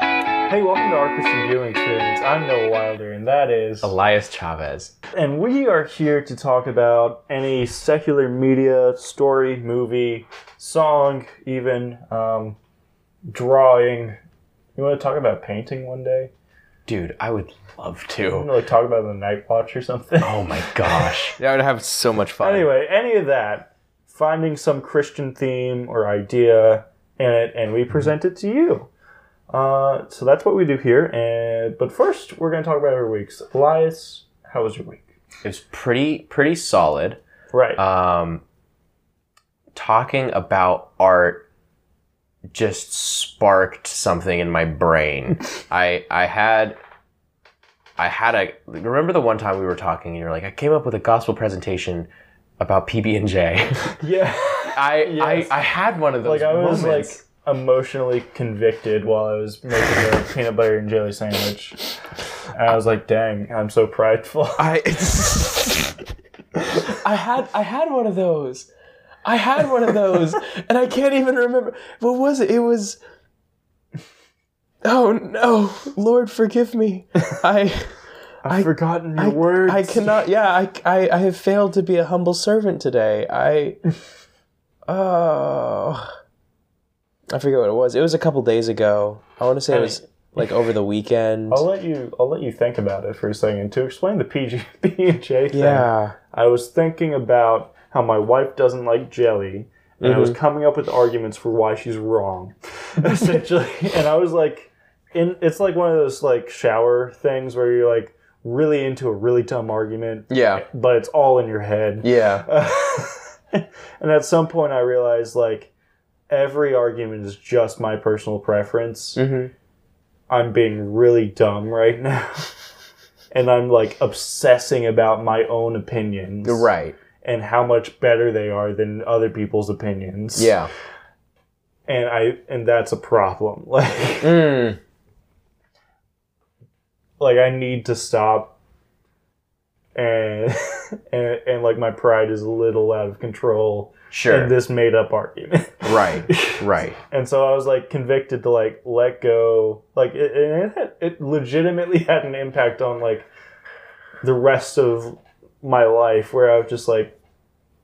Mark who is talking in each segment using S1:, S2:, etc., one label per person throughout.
S1: Hey, welcome to Arcus Viewing Experience. I'm Noah Wilder, and that is.
S2: Elias Chavez.
S1: And we are here to talk about any secular media, story, movie, song, even um, drawing. You want to talk about painting one day?
S2: Dude, I would love
S1: You want
S2: to.
S1: to like, talk about the night watch or something?
S2: Oh my gosh. I would have so much fun.
S1: anyway, any of that, finding some Christian theme or idea in it, and we present it to you. Uh, so that's what we do here. And but first, we're going to talk about our weeks. Elias, how was your week?
S2: It was pretty pretty solid.
S1: Right.
S2: Um talking about art just sparked something in my brain. I I had I had a remember the one time we were talking and you're like, I came up with a gospel presentation about PB and J.
S1: yeah.
S2: I
S1: Yes.
S2: I had one of those.
S1: like I was
S2: moments.
S1: like emotionally convicted while I was making a peanut butter and jelly sandwich. And I was like, "Dang, I'm so prideful."
S2: I I had I had one of those. I had one of those, and I can't even remember what was it. It was. Oh no, Lord, forgive me. I
S1: I've forgotten your words.
S3: I cannot. Yeah, I, I, I have failed to be a humble servant today. I. Oh. I forget what it was. It was a couple days ago. I want to say it was like over the
S2: Oh,
S3: weekend.
S1: I'll let you. I'll let you think about it for a second to explain the PG and J thing.
S3: Yeah.
S1: I was thinking about how my wife doesn't like jelly, and I was
S3: Mm-hmm.
S1: coming up with arguments for why she's wrong, essentially. and I was like, in it's like one of those like shower things where you're like really into a really dumb argument,
S2: yeah
S1: but it's all in your head.
S2: yeah
S1: and at some point, I realized like every argument is just my personal preference.
S2: Mm.
S3: Mm-hmm.
S1: I'm being really dumb right now. And I'm like obsessing about my own opinions
S2: right
S1: and how much better they are than other people's opinions.
S2: yeah.
S1: And I and that's a problem. Like
S2: Mm.
S1: like I need to stop and and, and like my pride is a little out of control
S2: Sure.
S1: in this made up argument.
S2: right. Right.
S1: And so I was like convicted to like let go. Like it, it, had- it legitimately had an impact on like the rest of my life where I was just like,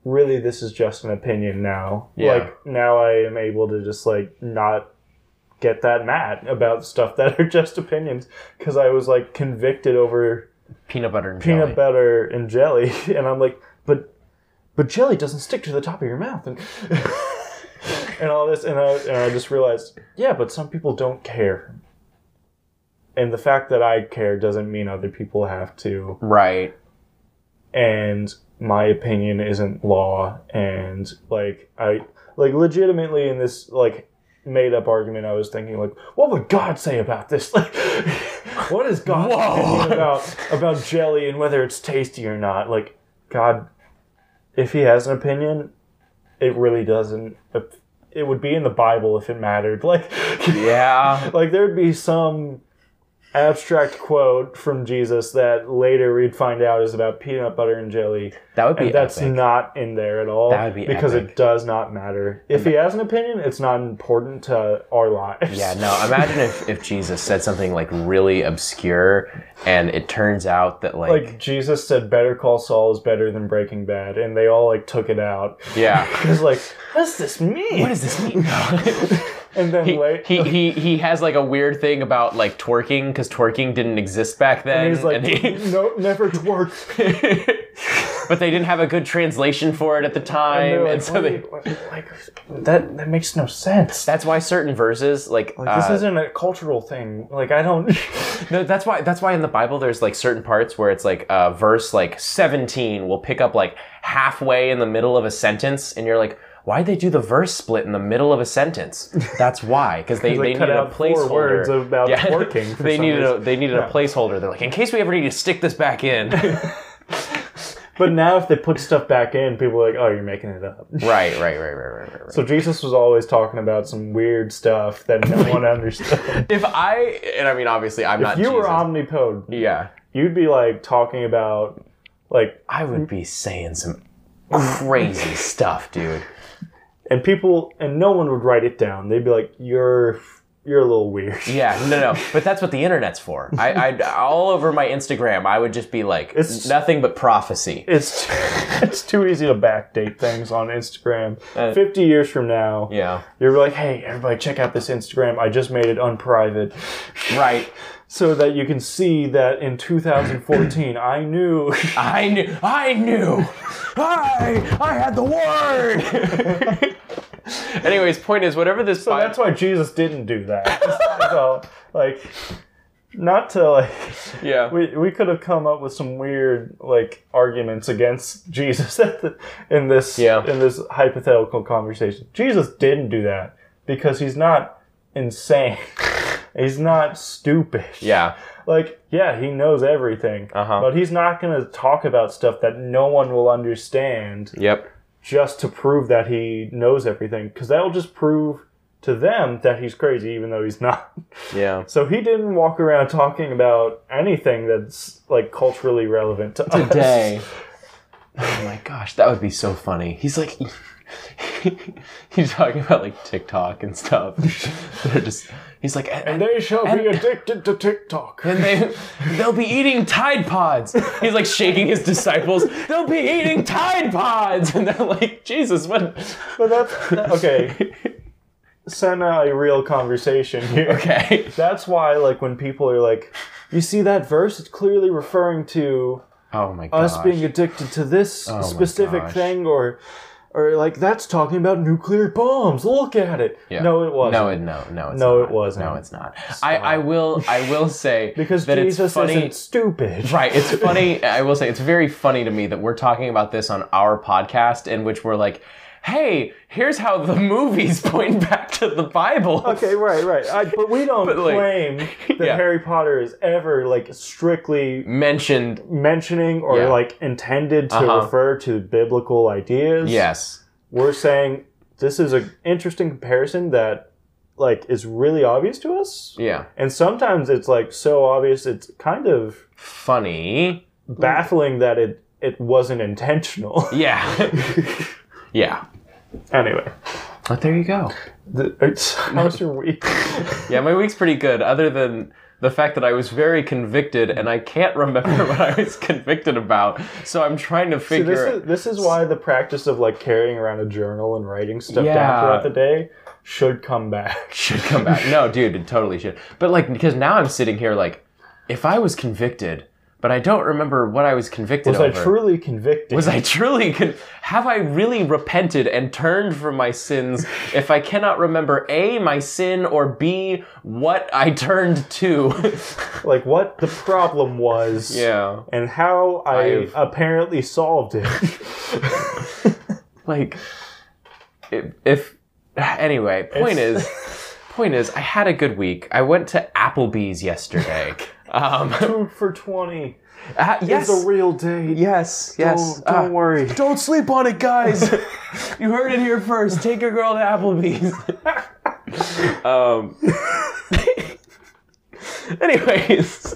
S1: really, this is just an opinion now.
S2: Yeah.
S1: Like now I am able to just like not get that mad about stuff that are just opinions because I was like convicted over
S2: Peanut butter and
S1: peanut
S2: jelly.
S1: butter and jelly. And I'm like, but, but jelly doesn't stick to the top of your mouth. And, and all this. And I, and I just realized, yeah, but some people don't care. And the fact that I care doesn't mean other people have to.
S2: right.
S1: And my opinion isn't law. And like, I, like, legitimately in this, like, made up argument i was thinking like what would god say about this like what is god
S2: Whoa.
S1: opinion about about jelly and whether it's tasty or not like god if he has an opinion it really doesn't it would be in the bible if it mattered like
S2: Yeah.
S1: like there'd be some abstract quote from jesus that later we'd find out is about peanut butter and jelly
S2: That would be.
S1: and that's
S2: epic.
S1: not in there at all
S2: That would be
S1: because
S2: epic.
S1: it does not matter if he has an opinion it's not important to our lives
S2: Yeah, no, imagine if, if Jesus said something like really obscure and it turns out that like,
S1: like jesus said better call saul is better than breaking bad and they all like took it out
S2: yeah.
S1: because like what does this mean
S2: What does this mean?
S1: and then
S2: he,
S1: wait
S2: he, he he has like a weird thing about like twerking because twerking didn't exist back then.
S1: he's like
S2: and he-
S1: no never twerk
S2: but they didn't have a good translation for it at the time,
S1: They're
S2: and,
S1: like,
S2: so
S1: "What
S2: they,
S1: do you- what- like, that that makes no sense.
S2: that's why certain verses like,
S1: this
S2: uh,
S1: isn't a cultural thing. Like I don't.
S2: No, that's why that's why in the Bible there's like certain parts where it's like uh, verse like 17 will pick up like halfway in the middle of a sentence and you're like why'd they do the verse split in the middle of a sentence? That's why because they, they
S1: cut
S2: needed a
S1: out four
S2: placeholder.
S1: words about twerking for
S2: they
S1: some
S2: needed a,
S1: reason.
S2: they needed a placeholder. They're like in case we ever need to stick this back in.
S1: but now if they put stuff back in, people are like, oh, you're making it up.
S2: right, right, right, right, right, right. right.
S1: So Jesus was always talking about some weird stuff that no one understood.
S2: If I and I mean obviously I'm not
S1: If you were
S2: Jesus.
S1: omnipode,
S2: yeah,
S1: you'd be like talking about like
S2: I would be saying some crazy stuff, dude.
S1: and people and no one would write it down. They'd be like, You're you're a little weird.
S2: Yeah, no, no. But that's what the internet's for. I, I all over my Instagram, I would just be like
S1: It's-
S2: nothing but prophecy.
S1: It's it's too easy to backdate things on Instagram. Fifty years from now,
S2: Uh, Yeah,
S1: you're like, hey, everybody, check out this Instagram. I just made it unprivate,
S2: right.
S1: so that you can see that in 2014, I knew.
S2: I knew. I knew. I I had the word. Anyways, point is, whatever this.
S1: So
S2: bi-
S1: that's why Jesus didn't do that. so, like, not to like,
S2: yeah.
S1: we, we could have come up with some weird like arguments against Jesus at the, in this
S2: Yeah.
S1: in this hypothetical conversation. Jesus didn't do that because he's not insane. he's not stupid.
S2: yeah.
S1: Like, yeah, he knows everything,
S2: Uh-huh.
S1: but he's not going to talk about stuff that no one will understand
S2: Yep.
S1: just to prove that he knows everything because that will just prove to them that he's crazy even though he's not
S2: Yeah.
S1: so he didn't walk around talking about anything that's like culturally relevant to us.
S2: Oh my gosh, that would be so funny. He's like, he's talking about like TikTok and stuff. They're just, he's like,
S1: and
S2: and,
S1: they shall
S2: And-
S1: be addicted to tiktok
S2: and they, they'll be eating Tide Pods. He's like shaking his disciples. They'll be eating Tide Pods, and they're like, Jesus, what?
S1: but that's that- okay sena a real conversation here
S2: Okay.
S1: that's why like when people are like you see that verse it's clearly referring to
S2: Oh my gosh. Oh
S1: us being addicted to this
S2: my
S1: specific
S2: gosh.
S1: thing or or like that's talking about nuclear bombs look at it
S2: Yeah.
S1: no it wasn't
S2: No, it, no, no, it's
S1: No,
S2: not.
S1: it wasn't.
S2: No, it's not. I, I will, I will say
S1: because
S2: that it's
S1: jesus
S2: funny.
S1: isn't stupid
S2: Right. It's funny. I will say it's very funny to me that we're talking about this on our podcast, in which we're like, "Hey, here's how the movies point back to the Bible."
S1: okay right right I, but we don't
S2: like-
S1: claim that
S2: Yeah.
S1: harry potter is ever like strictly
S2: Mentioned.
S1: mentioning or
S2: Yeah.
S1: like intended to
S2: Uh-huh.
S1: refer to biblical ideas
S2: Yes.
S1: we're saying this is an interesting comparison that like is really obvious to us
S2: Yeah.
S1: and sometimes it's like so obvious it's kind of
S2: Funny.
S1: baffling that it it wasn't intentional.
S2: Yeah. yeah.
S1: anyway,
S2: But there you go.
S1: the, it's, how's your week?
S2: Yeah, my week's pretty good, other than the fact that I was very convicted and I can't remember what I was convicted about. So I'm trying to
S1: See, this
S2: figure.
S1: is this is why the practice of like carrying around a journal and writing stuff down
S2: Yeah.
S1: throughout the day should come back.
S2: should come back. No, dude, it totally should. But like, because now I'm sitting here like, if I was convicted, but I don't remember what I was convicted
S1: Was
S2: over.
S1: I truly convicted?
S2: was I truly con- have I really repented and turned from my sins if I cannot remember a my sin or b what I turned to?
S1: like what the problem was?
S2: yeah,
S1: And how I
S2: I've-
S1: apparently solved it.
S2: like if, if anyway, point
S1: It's-
S2: is point is I had a good week. I went to Applebee's yesterday. Um,
S1: Two for twenty.
S2: uh, yes.
S1: It's a real date.
S2: Yes, yes.
S1: Don't, don't
S2: Ah.
S1: worry.
S2: Don't sleep on it, guys. you heard it here first. Take your girl to Applebee's. um. anyways,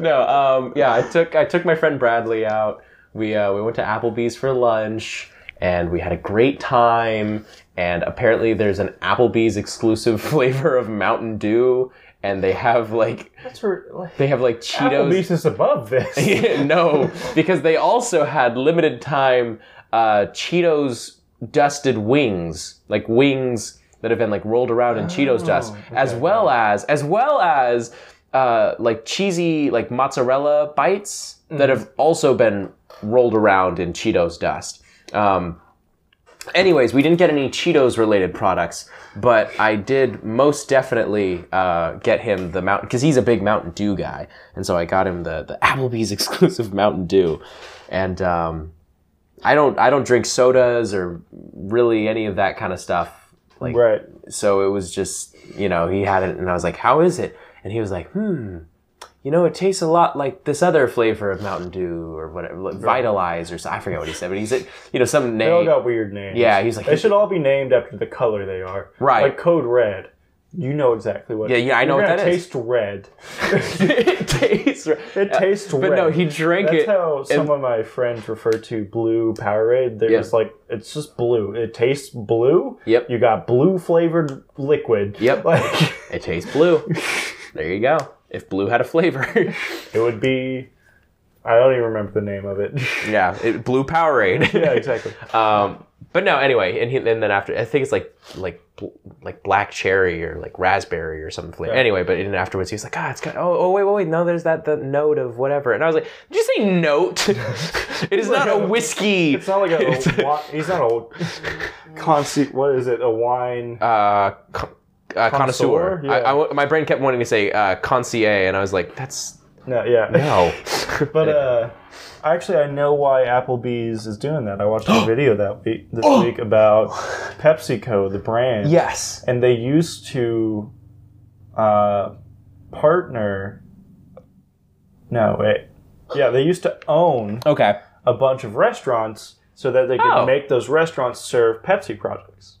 S2: no. Um. Yeah, I took I took my friend Bradley out. We uh, we went to Applebee's for lunch, and we had a great time. And apparently, there's an Applebee's exclusive flavor of Mountain Dew, and they have like
S1: That's for, like,
S2: they have like Cheetos.
S1: Applebee's is above this.
S2: no, because they also had limited time uh, Cheetos dusted wings, like wings that have been like rolled around in Cheetos dust, as well as as well as uh, like cheesy like mozzarella bites that have also been rolled around in Cheetos dust. Um, anyways, we didn't get any Cheetos related products, but I did most definitely uh, get him the mountain because he's a big Mountain Dew guy, and so I got him the the Applebee's exclusive Mountain Dew, and um, I don't I don't drink sodas or really any of that kind of stuff. Like
S1: Right.
S2: so it was just you know he had it and i was like how is it and he was like hmm you know it tastes a lot like this other flavor of mountain dew or whatever like vitalize or so, i forget what he said but he said you know some
S1: They all
S2: name
S1: got weird names.
S2: yeah he's like
S1: They should all be named after the color they are.
S2: Right.
S1: Like Code Red. You know exactly what.
S2: Yeah, yeah, I know
S1: You're
S2: what
S1: gonna
S2: that is.
S1: taste red.
S2: it tastes. It
S1: It tastes
S2: But
S1: red.
S2: no, he drank
S1: That's
S2: it.
S1: how some of my friends refer to blue Powerade. They're
S2: Yeah.
S1: just like, it's just blue. It tastes blue.
S2: Yep.
S1: You got blue flavored liquid.
S2: Yep.
S1: Like
S2: It tastes blue. there you go. If blue had a flavor,
S1: it would be. I don't even remember the name of it.
S2: yeah, it, blue Powerade.
S1: yeah, exactly.
S2: Um, but no, anyway, and, he, and then after, I think it's like like bl- like black cherry or like raspberry or something flavor.
S1: Yeah.
S2: Anyway, but and afterwards he was like, ah, it's got oh oh wait wait wait no, there's that the note of whatever, and I was like, did you say note? it is not a whiskey.
S1: It's not like a.
S2: It's a-
S1: wi- he's not a. Conceit. What is it? A wine.
S2: uh, con- uh, connoisseur.
S1: Connoisseur? Yeah.
S2: I, I wa- my brain kept wanting to say uh, concierge, and I was like, that's
S1: No, yeah.
S2: no.
S1: But uh, actually, I know why Applebee's is doing that. I watched a video that week, this week about PepsiCo, the brand.
S2: Oh! yes,
S1: and they used to uh, partner. No, wait. Yeah, they used to own
S3: Okay.
S1: a bunch of restaurants so that they could
S2: Oh.
S1: make those restaurants serve Pepsi products.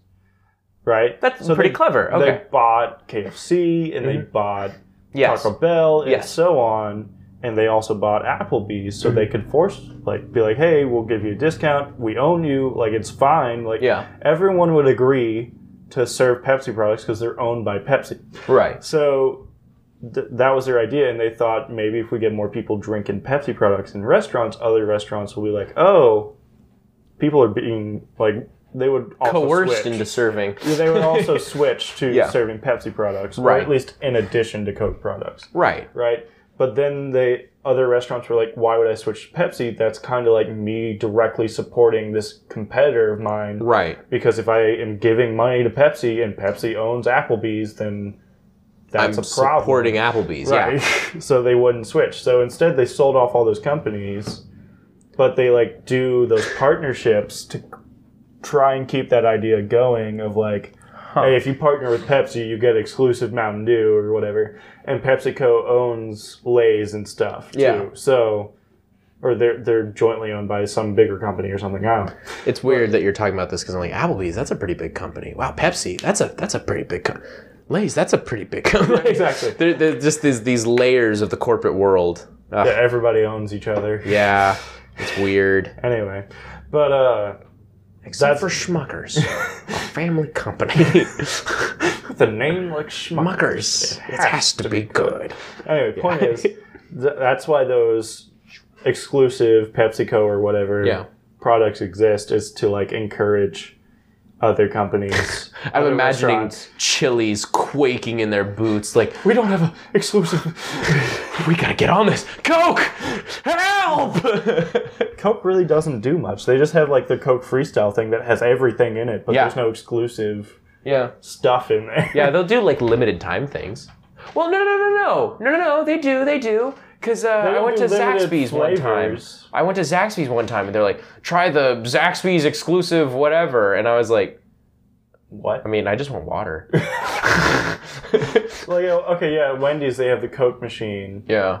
S1: Right?
S2: that's
S1: So
S2: pretty
S1: they-
S2: clever. Okay, Mm-hmm.
S1: They bought KFC and they bought
S2: yes,
S1: Taco Bell and
S2: Yes.
S1: so on. And they also bought Applebee's so
S2: Mm-hmm.
S1: they could force, like, be like, hey, we'll give you a discount. We own you. Like, it's fine. Like,
S2: Yeah.
S1: everyone would agree to serve Pepsi products because they're owned by Pepsi.
S2: right.
S1: So th- that was their idea. And they thought maybe if we get more people drinking Pepsi products in restaurants, other restaurants will be like, oh, people are being, like, they would also
S2: Coerced
S1: switch.
S2: into serving.
S1: Yeah, they would also switch to
S2: Yeah.
S1: serving Pepsi products, or
S2: Right.
S1: at least in addition to Coke products,
S2: Right.
S1: right? But then they other restaurants were like, "Why would I switch to Pepsi? That's kind of like me directly supporting this competitor of mine,
S2: Right.
S1: because if I am giving money to Pepsi and Pepsi owns Applebee's, then that's
S2: I'm
S1: a problem."
S2: supporting Applebee's.
S1: right?
S2: Yeah.
S1: so they wouldn't switch. So instead, they sold off all those companies, but they like do those partnerships to try and keep that idea going of like, hey, if you partner with Pepsi, you get exclusive Mountain Dew or whatever, and PepsiCo owns Lay's and stuff too.
S2: Yeah.
S1: So. Or they're they're jointly owned by some bigger company or something. I don't know.
S2: It's weird that you're talking about this because I'm like Applebee's. That's a pretty big company. Wow, Pepsi. That's a that's a pretty big. Com- Lay's. That's a pretty big company.
S1: exactly.
S2: There, there's just these these layers of the corporate world. Ugh,
S1: Yeah, everybody owns each other.
S2: yeah. It's weird.
S1: Anyway, but uh, That's-
S2: Except for Schmuckers, a family company.
S1: with a name like Schmuck.
S2: Schmuckers. It has, to, be good.
S1: Anyway, point is, th- that's why those exclusive PepsiCo or whatever
S2: Yeah.
S1: products exist is to like encourage other companies.
S2: I'm
S1: other
S2: imagining
S1: restaurants.
S2: Chili's quaking in their boots, like
S1: we don't have an exclusive.
S2: we gotta get on this. Coke, help!
S1: Coke really doesn't do much. They just have like the Coke Freestyle thing that has everything in it, but
S2: Yeah.
S1: there's no exclusive
S2: yeah.
S1: stuff in there.
S2: Yeah, they'll do like limited time things. Well, no, no, no, no, no, no, no, no. They do, they do. Cause uh, I
S1: don't
S2: went
S1: do
S2: to
S1: limited
S2: Zaxby's one time.
S1: flavors.
S2: I went to Zaxby's one time, and they're like, "Try the Zaxby's exclusive whatever," and I was like,
S1: What?
S2: "I mean, I just want water."
S1: Like, oh, okay, yeah, at Wendy's they have the Coke machine,
S2: yeah,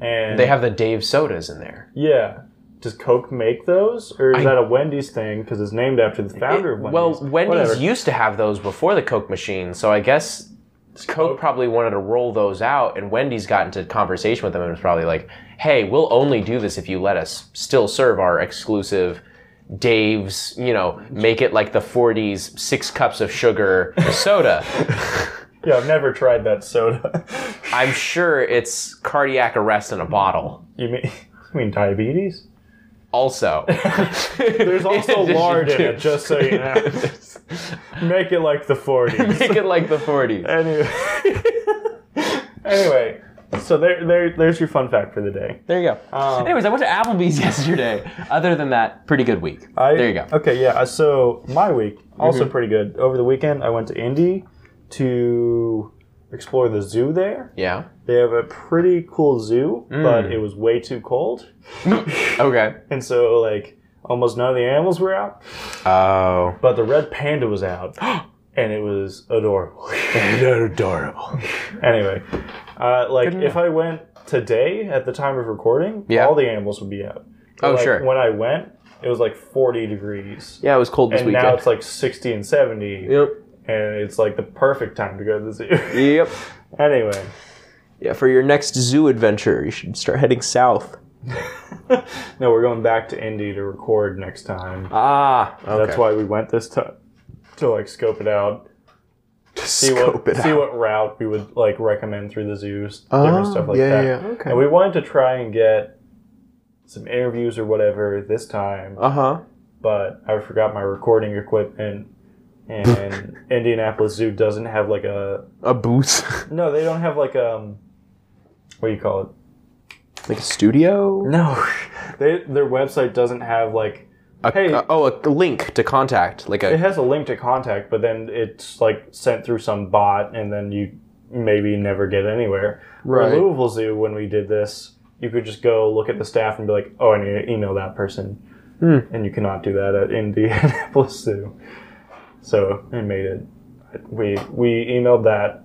S1: and
S2: they have the Dave sodas in there.
S1: yeah. Does Coke make those, or is
S2: I-
S1: that a Wendy's thing? Because it's named after the founder of Wendy's.
S2: well, Wendy's
S1: Whatever.
S2: used to have those before the Coke machine, so I guess Coke probably wanted to roll those out, and Wendy's got into conversation with them and was probably like, "Hey, we'll only do this if you let us still serve our exclusive." Dave's, you know, make it like the 40s, six cups of sugar soda.
S1: Yeah, I've never tried that soda.
S2: I'm sure it's cardiac arrest in a bottle.
S1: you mean you mean diabetes?
S2: Also,
S1: There's also
S2: addition
S1: lard in
S2: to-
S1: it, just so you know. Make it like the 40s.
S2: make it like the 40s.
S1: anyway. anyway, so there, there, there's your fun fact for the day.
S3: There you go.
S1: Um,
S2: Anyways, I went to Applebee's yesterday. Other than that, pretty good week.
S1: I,
S2: there you go. Mhm.
S1: Okay, yeah. uh, So my week also pretty good. Over the weekend, I went to Indy to explore the zoo there.
S2: Yeah.
S1: They have a pretty cool zoo,
S2: Mm.
S1: but it was way too cold,
S2: Okay.
S1: and so like almost none of the animals were out.
S2: Oh.
S1: But the red panda was out, and it was adorable.
S2: Adorable.
S1: anyway, uh, like
S2: to
S1: if I went today at the time of recording,
S2: Yeah.
S1: all the animals would be out. But,
S2: Oh,
S1: like,
S2: sure.
S1: When I went, it was like 40 degrees,
S2: Yeah, it was cold this
S1: and
S2: weekend.
S1: now it's like 60 and 70.
S2: yep.
S1: and it's like the perfect time to go to the zoo.
S3: Yep.
S1: anyway,
S3: Yeah, for your next zoo adventure, you should start heading south.
S1: no, we're going back to Indy to record next time.
S3: Ah,
S1: That's why we went this time to like scope it out, see
S3: scope
S1: what
S3: it
S1: see
S3: out.
S1: what route we would like recommend through the zoos,
S3: Ah,
S1: different stuff like
S3: yeah,
S1: that.
S3: yeah, okay.
S1: And we wanted to try and get some interviews or whatever this time,
S3: Uh huh.
S1: but I forgot my recording equipment. And Indianapolis Zoo doesn't have like a
S3: A booth,
S1: no, they don't have like um, what do you call it?
S3: like a studio.
S1: No, they, their website doesn't have like
S3: A,
S1: Hey.
S3: a- oh, a link to contact, like
S1: it
S3: a
S1: has a link to contact, but then it's like sent through some bot, and then you maybe never get anywhere. Where
S3: Right.
S1: Louisville Zoo, when we did this, you could just go look at the staff and be like, "Oh, I need to email that person,"
S3: Hmm.
S1: and you cannot do that at Indianapolis Zoo. So it made it. We we emailed that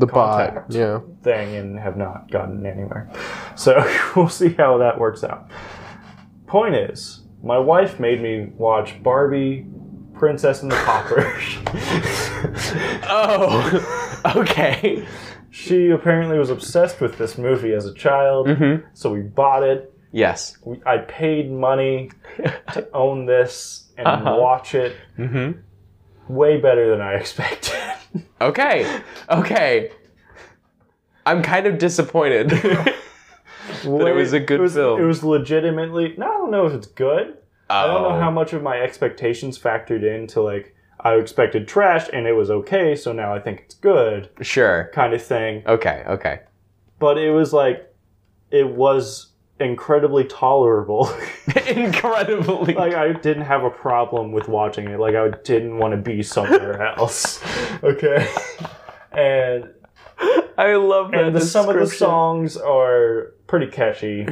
S3: the
S1: contact.
S3: bot. Yeah.
S1: thing and have not gotten anywhere. So we'll see how that works out. Point is, my wife made me watch Barbie, Princess and the Popper.
S3: Oh, okay.
S1: she apparently was obsessed with this movie as a child,
S3: Mm-hmm.
S1: so we bought it.
S3: Yes.
S1: We, I paid money to own this and watch it.
S3: Uh-huh. Mm-hmm.
S1: Way better than I expected.
S3: Okay. Okay. I'm kind of disappointed.
S1: Way-
S3: was a good
S1: it was,
S3: film.
S1: It was legitimately. No, I don't know if it's good. I don't know
S3: Oh.
S1: how much of my expectations factored into like I expected trash and it was okay, so now I think it's good
S3: Sure.
S1: kind of thing.
S3: Okay. Okay.
S1: But it was like it was incredibly tolerable.
S3: Incredibly.
S1: like I didn't have a problem with watching it. Like I didn't want to be somewhere else. Okay. And
S3: I love that.
S1: and the, some of the
S3: description.
S1: songs are pretty catchy.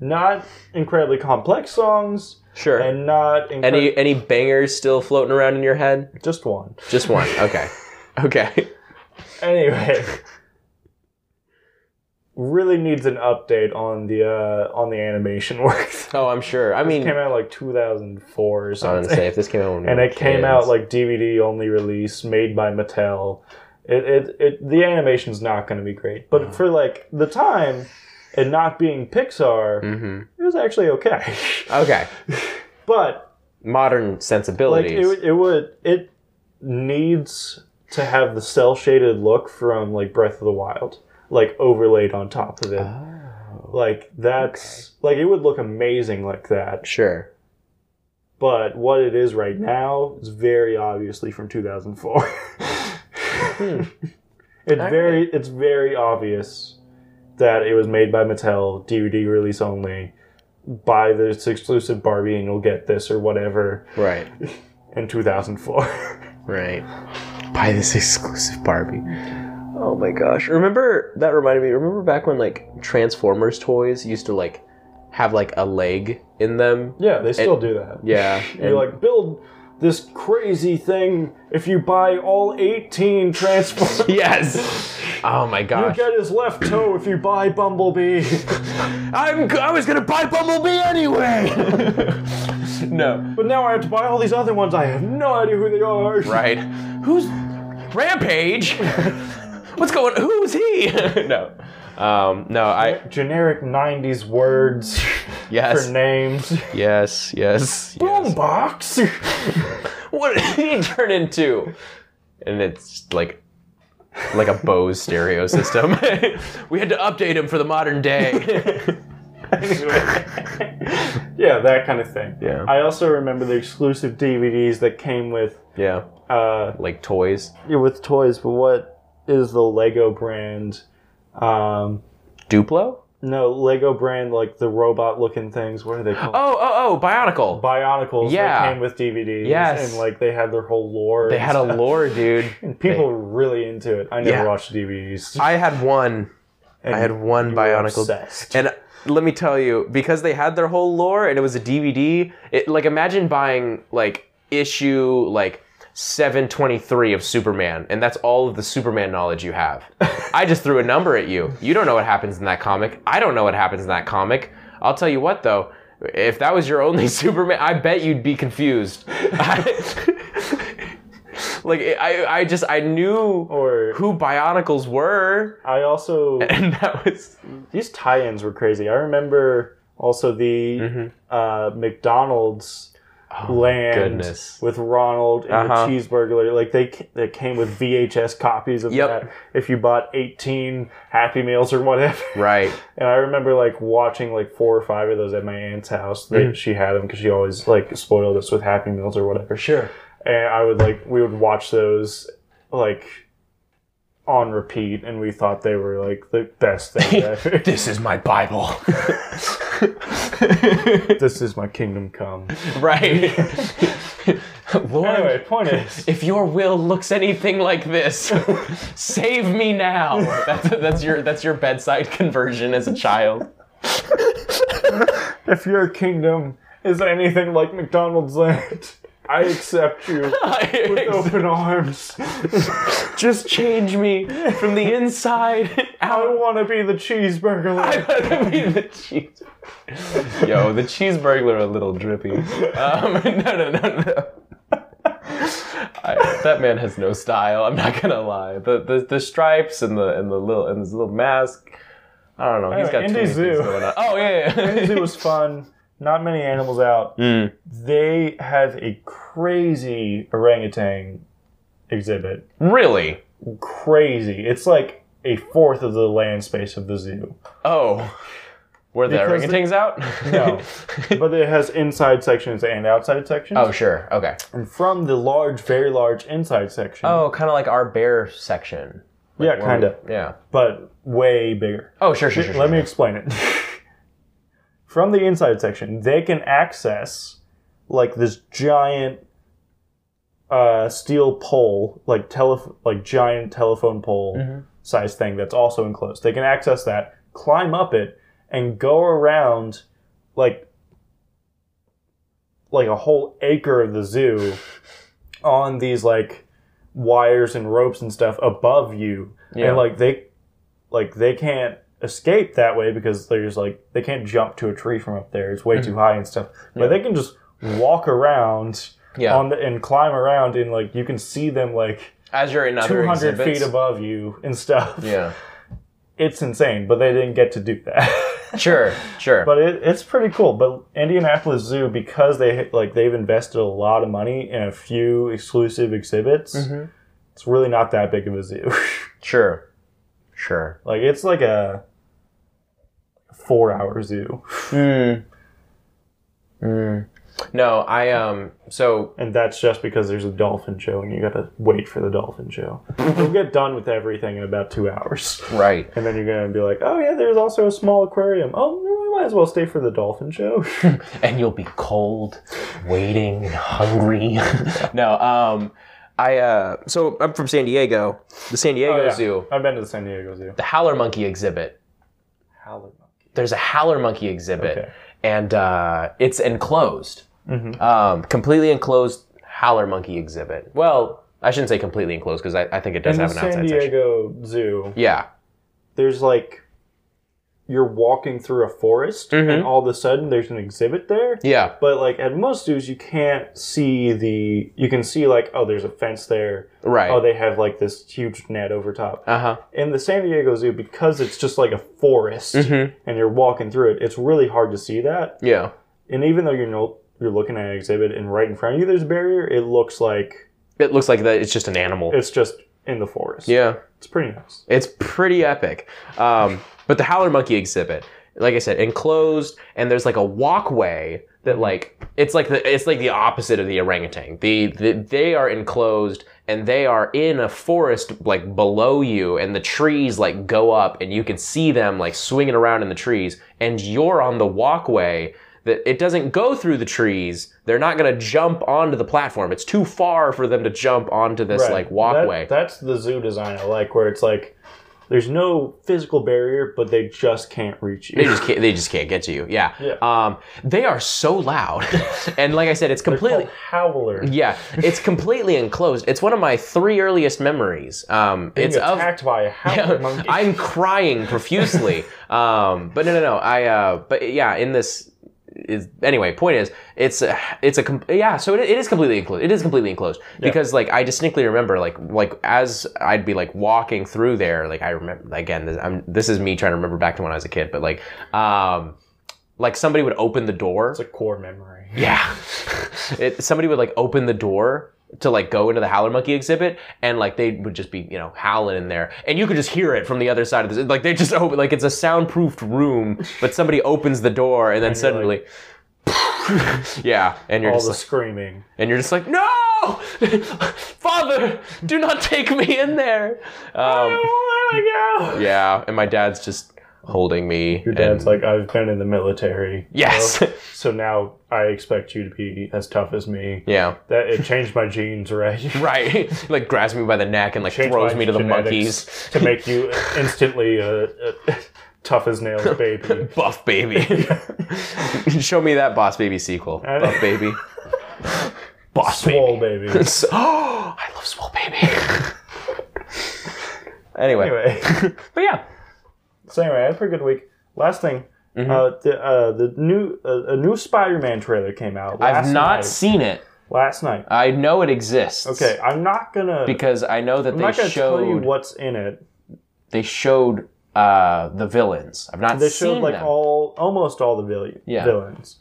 S1: not incredibly complex songs
S3: Sure.
S1: and not incre-
S2: Any any bangers still floating around in your head?
S1: just one.
S2: Just one. Okay.
S3: Okay.
S1: Anyway, really needs an update on the uh, on the animation work.
S2: Oh, I'm sure. I
S1: It
S2: mean,
S1: came out like 2004 or
S2: I was
S1: something,
S2: gonna say if this came out when we
S1: and
S2: were
S1: it came
S2: kids.
S1: out like DVD only release, made by Mattel. It, it, it the animation's not going to be great, but for like the time and not being Pixar,
S2: Mhm.
S1: it was actually okay.
S2: okay
S1: but
S2: modern
S1: like
S2: sensibilities.
S1: it, would- it would it needs to have the cell shaded look from like breath of the wild like overlaid on top of it like that's like it would look amazing like that
S2: sure.
S1: but what it is right now is very obviously from 2004 it's very it's very obvious that it was made by mattel dvd release only buy this exclusive barbie and you'll get this or whatever
S2: Right.
S1: in 2004
S2: Right. Buy this exclusive Barbie. Oh my gosh. Remember that reminded me, remember back when like Transformers toys used to like have like a leg in them?
S1: Yeah, they still do that.
S2: Yeah.
S1: You're like, build this crazy thing. If you buy all 18 Transformers,
S2: Yes. Oh my
S1: you
S2: gosh.
S1: get his left toe if you buy Bumblebee.
S2: I'm I was going to buy Bumblebee anyway. no.
S1: but now I have to buy all these other ones. I have no idea who they are.
S2: Right. Who's Rampage? What's going Who's he? no. Um no, I
S1: Generic 90s words
S2: yes.
S1: for names.
S2: Yes, yes. yes.
S1: Boombox.
S2: what did he turn into? And it's like like a Bose stereo system. we had to update him for the modern day.
S1: yeah, that kind of thing.
S2: Yeah.
S1: I also remember the exclusive DVDs that came with
S2: yeah,
S1: uh,
S2: like toys.
S1: yeah, with toys, but what is the Lego brand? Um,
S2: Duplo? Oh,
S1: no, Lego brand like the robot looking things. What are they called?
S2: Oh, oh, oh, Bionicle.
S1: Bionicles.
S2: Yeah.
S1: They came with DVDs.
S2: Yes.
S1: And like they had their whole lore.
S2: They
S1: and
S2: had a
S1: stuff.
S2: lore, dude.
S1: And people were really into it. I never
S2: Yeah.
S1: watched DVDs.
S2: I had one.
S1: And
S2: I had one Bionicle.
S1: obsessed.
S2: And let me tell you, because they had their whole lore and it was a DVD, it like imagine buying like issue like 723 of Superman and that's all of the Superman knowledge you have. I just threw a number at you. You don't know what happens in that comic. I don't know what happens in that comic. I'll tell you what though, if that was your only Superman, I bet you'd be confused. I- Like it, I, I just I knew
S1: Or
S2: who Bionicles were,
S1: I also
S2: and that was
S1: these tie-ins were crazy. I remember also the
S2: Mm-hmm.
S1: uh, McDonald's land
S2: Oh, goodness.
S1: with Ronald and
S2: Uh-huh.
S1: the cheeseburger. Like they ca- they came with VHS copies of
S2: Yep.
S1: that. If you bought eighteen Happy Meals or whatever,
S2: right.
S1: and I remember like watching like four or five of those at my aunt's house. They, She had them because she always like spoiled us with Happy Meals or whatever.
S2: Sure.
S1: And I would like we would watch those like on repeat, and we thought they were like the best thing ever.
S2: This is my Bible.
S1: this is my kingdom come.
S2: right. Lord,
S1: Anyway, point is,
S2: if your will looks anything like this, save me now. That's, that's your that's your bedside conversion as a child.
S1: if your kingdom is anything like McDonald's land, I accept you with open arms.
S2: Just change me from the inside
S1: I
S2: out.
S1: want to be the cheeseburger.
S2: I
S1: lady.
S2: gotta be the cheese. Yo, the cheeseburglar a little drippy. Um, no, no, no, no. I, that man has no style. I'm not gonna lie. The the, the stripes and the and the little and his little mask. I don't know. He's got too
S1: Anyway,
S2: many
S1: Indie
S2: things
S1: Zoo.
S2: going on. Oh yeah. yeah.
S1: it was fun. Not many animals out.
S2: Mm.
S1: They have a crazy orangutan exhibit.
S2: Really?
S1: Crazy. It's like a fourth of the land space of the zoo.
S2: Oh. Were the
S1: Because
S2: orangutans out?
S1: No. but it has inside sections and outside sections.
S2: oh, sure. Okay.
S1: And from the large, very large inside section.
S2: Oh, kind of like our bear section.
S1: yeah, kind of.
S2: Yeah.
S1: But way bigger.
S2: Oh, sure, sure, sure.
S1: Let
S2: sure.
S1: me explain it. From the inside section, they can access like this giant uh, steel pole, like tele- like giant telephone pole
S2: Mm-hmm.
S1: size thing that's also enclosed. They can access that, climb up it, and go around like like a whole acre of the zoo on these like wires and ropes and stuff above you.
S2: Yeah.
S1: And like they like they can't escape that way because there's like they can't jump to a tree from up there. It's way
S2: Mm-hmm.
S1: too high and stuff. But they can just walk around
S2: Yeah.
S1: on the, and climb around and like you can see them like
S2: As you're in other
S1: 200
S2: exhibits.
S1: feet above you and stuff.
S2: Yeah.
S1: It's insane, but they didn't get to do that.
S2: Sure. Sure.
S1: but it, it's pretty cool. But Indianapolis Zoo, because they like they've invested a lot of money in a few exclusive exhibits,
S2: Mm-hmm.
S1: it's really not that big of a zoo.
S2: sure. Sure.
S1: like it's like a four-hour zoo,
S2: Hmm. No, I um. So
S1: and that's just because there's a dolphin show, and you got to wait for the dolphin show. You'll get done with everything in about two hours.
S2: right.
S1: And then you're gonna be like, oh yeah, there's also a small aquarium. Oh, we might as well stay for the dolphin show.
S2: and you'll be cold, waiting, and hungry. no, um, I uh, so I'm from San Diego, the San Diego
S1: Oh, yeah.
S2: Zoo,
S1: I've been to the San Diego Zoo.
S2: the howler monkey exhibit.
S1: Howler monkey.
S2: There's a howler monkey exhibit,
S1: Okay. Mm-hmm.
S2: and uh, it's enclosed, um, completely enclosed howler monkey exhibit. Well, I shouldn't say completely enclosed because I, I think it does
S1: In the
S2: have an outside
S1: San
S2: section.
S1: Diego Zoo,
S2: Yeah,
S1: there's like you're walking through a forest,
S2: Mm-hmm.
S1: and all of a sudden there's an exhibit there.
S2: yeah,
S1: But like at most zoos, you can't see the. You can see like oh, there's a fence there.
S2: right.
S1: Oh, they have like this huge net over top.
S2: uh huh.
S1: in the San Diego Zoo because it's just like a forest
S2: Mm-hmm.
S1: and you're walking through it. It's really hard to see that.
S2: Yeah.
S1: And even though you're no, you're looking at an exhibit and right in front of you there's a barrier, it looks like
S2: It looks like that. It's just an animal.
S1: it's just in the forest.
S2: yeah.
S1: It's pretty nice.
S2: It's pretty epic. Um, but the howler monkey exhibit, like I said, enclosed, and there's like a walkway that like it's like the it's like the opposite of the orangutan. The, the they are enclosed and they are in a forest like below you, and the trees like go up, and you can see them like swinging around in the trees, and you're on the walkway. That it doesn't go through the trees. They're not gonna jump onto the platform. It's too far for them to jump onto this
S1: Right.
S2: like
S1: That-
S2: walkway.
S1: that's the zoo design I like where it's like there's no physical barrier, but they just can't reach
S2: They
S1: you.
S2: just can't. They just can't get to you. Yeah.
S1: Yeah.
S2: Um, they are so loud, and like I said, it's completely.
S1: Called howler.
S2: yeah, it's completely enclosed. It's one of my three earliest memories. Um, it's
S1: Being
S2: of.
S1: attacked by a howler monkey.
S2: I'm crying profusely. um, but no, no, no. I. Uh, but yeah, in this is anyway. Point is, it's a, it's a com- yeah. So it, it is completely enclosed. It is completely enclosed because like I distinctly remember like like as I'd be like walking through there. Like I remember again. This, I'm this is me trying to remember back to when I was a kid, but like um like somebody would open the door.
S1: It's a core memory.
S2: Yeah. it, somebody would like open the door to like go into the howler monkey exhibit and like they would just be you know howling in there and you could just hear it from the other side of this like they just open like it's a soundproofed room but somebody opens the door and then
S1: you're
S2: suddenly yeah and you're
S1: All
S2: just
S1: the
S2: like,
S1: screaming.
S2: and you're just like no father do not take me in there um,
S1: Oh my god!
S2: yeah and my dad's just holding me
S1: Your dad's
S2: and,
S1: like, I've been in the military.
S2: yes
S1: So, so now I expect you to be as tough as me.
S2: yeah
S1: That it changed my genes, right?
S2: right He, like grabs me by the neck and like
S1: Changed
S2: throws
S1: my
S2: me to the
S1: genetics
S2: monkeys
S1: to make you instantly a, a tough as nails baby.
S2: Buff Baby. Show me that Boss Baby sequel.
S1: I-
S2: Buff Baby. Boss
S1: Swole baby.
S2: Baby. So- oh, I love Swole Baby. anyway,
S1: Anyway,
S2: but yeah,
S1: so anyway, I had a pretty good week. Last thing,
S2: Mm-hmm.
S1: uh, the uh, the new uh, a new Spider-Man trailer came out. Last
S2: I've not
S1: night,
S2: seen it.
S1: last night.
S2: I know it exists.
S1: Okay, I'm not gonna.
S2: Because I know that
S1: I'm not
S2: they
S1: gonna tell you
S2: showed
S1: what's in it.
S2: they showed uh, the villains. I've not
S1: They
S2: seen
S1: showed like
S2: them.
S1: all almost all the villain,
S2: Yeah.
S1: villains.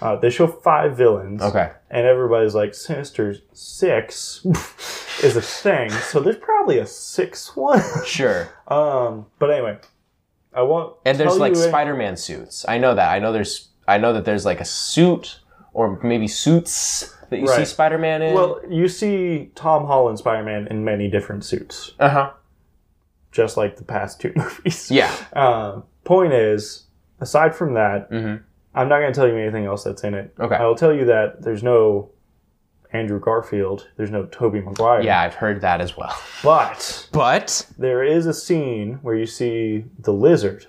S1: Uh, they show five villains.
S2: okay.
S1: and everybody's like, Sinister Six is a thing, so there's probably a sixth one.
S2: Sure.
S1: um, but anyway, I won't.
S2: And there's
S1: tell
S2: like
S1: you any-
S2: Spider-Man suits. I know that. I know there's. I know that there's like a suit or maybe suits that you see
S1: Right.
S2: Spider-Man in.
S1: Well, you see Tom Holland Spider-Man in many different suits,
S2: uh huh.
S1: just like the past two movies.
S2: Yeah.
S1: Um, point is, aside from that,
S2: Mhm.
S1: I'm not going to tell you anything else that's in it.
S2: Okay.
S1: I will tell you that there's no Andrew Garfield, there's no Toby Maguire.
S2: Yeah, I've heard that as well.
S1: But
S2: But
S1: there is a scene where you see the lizard.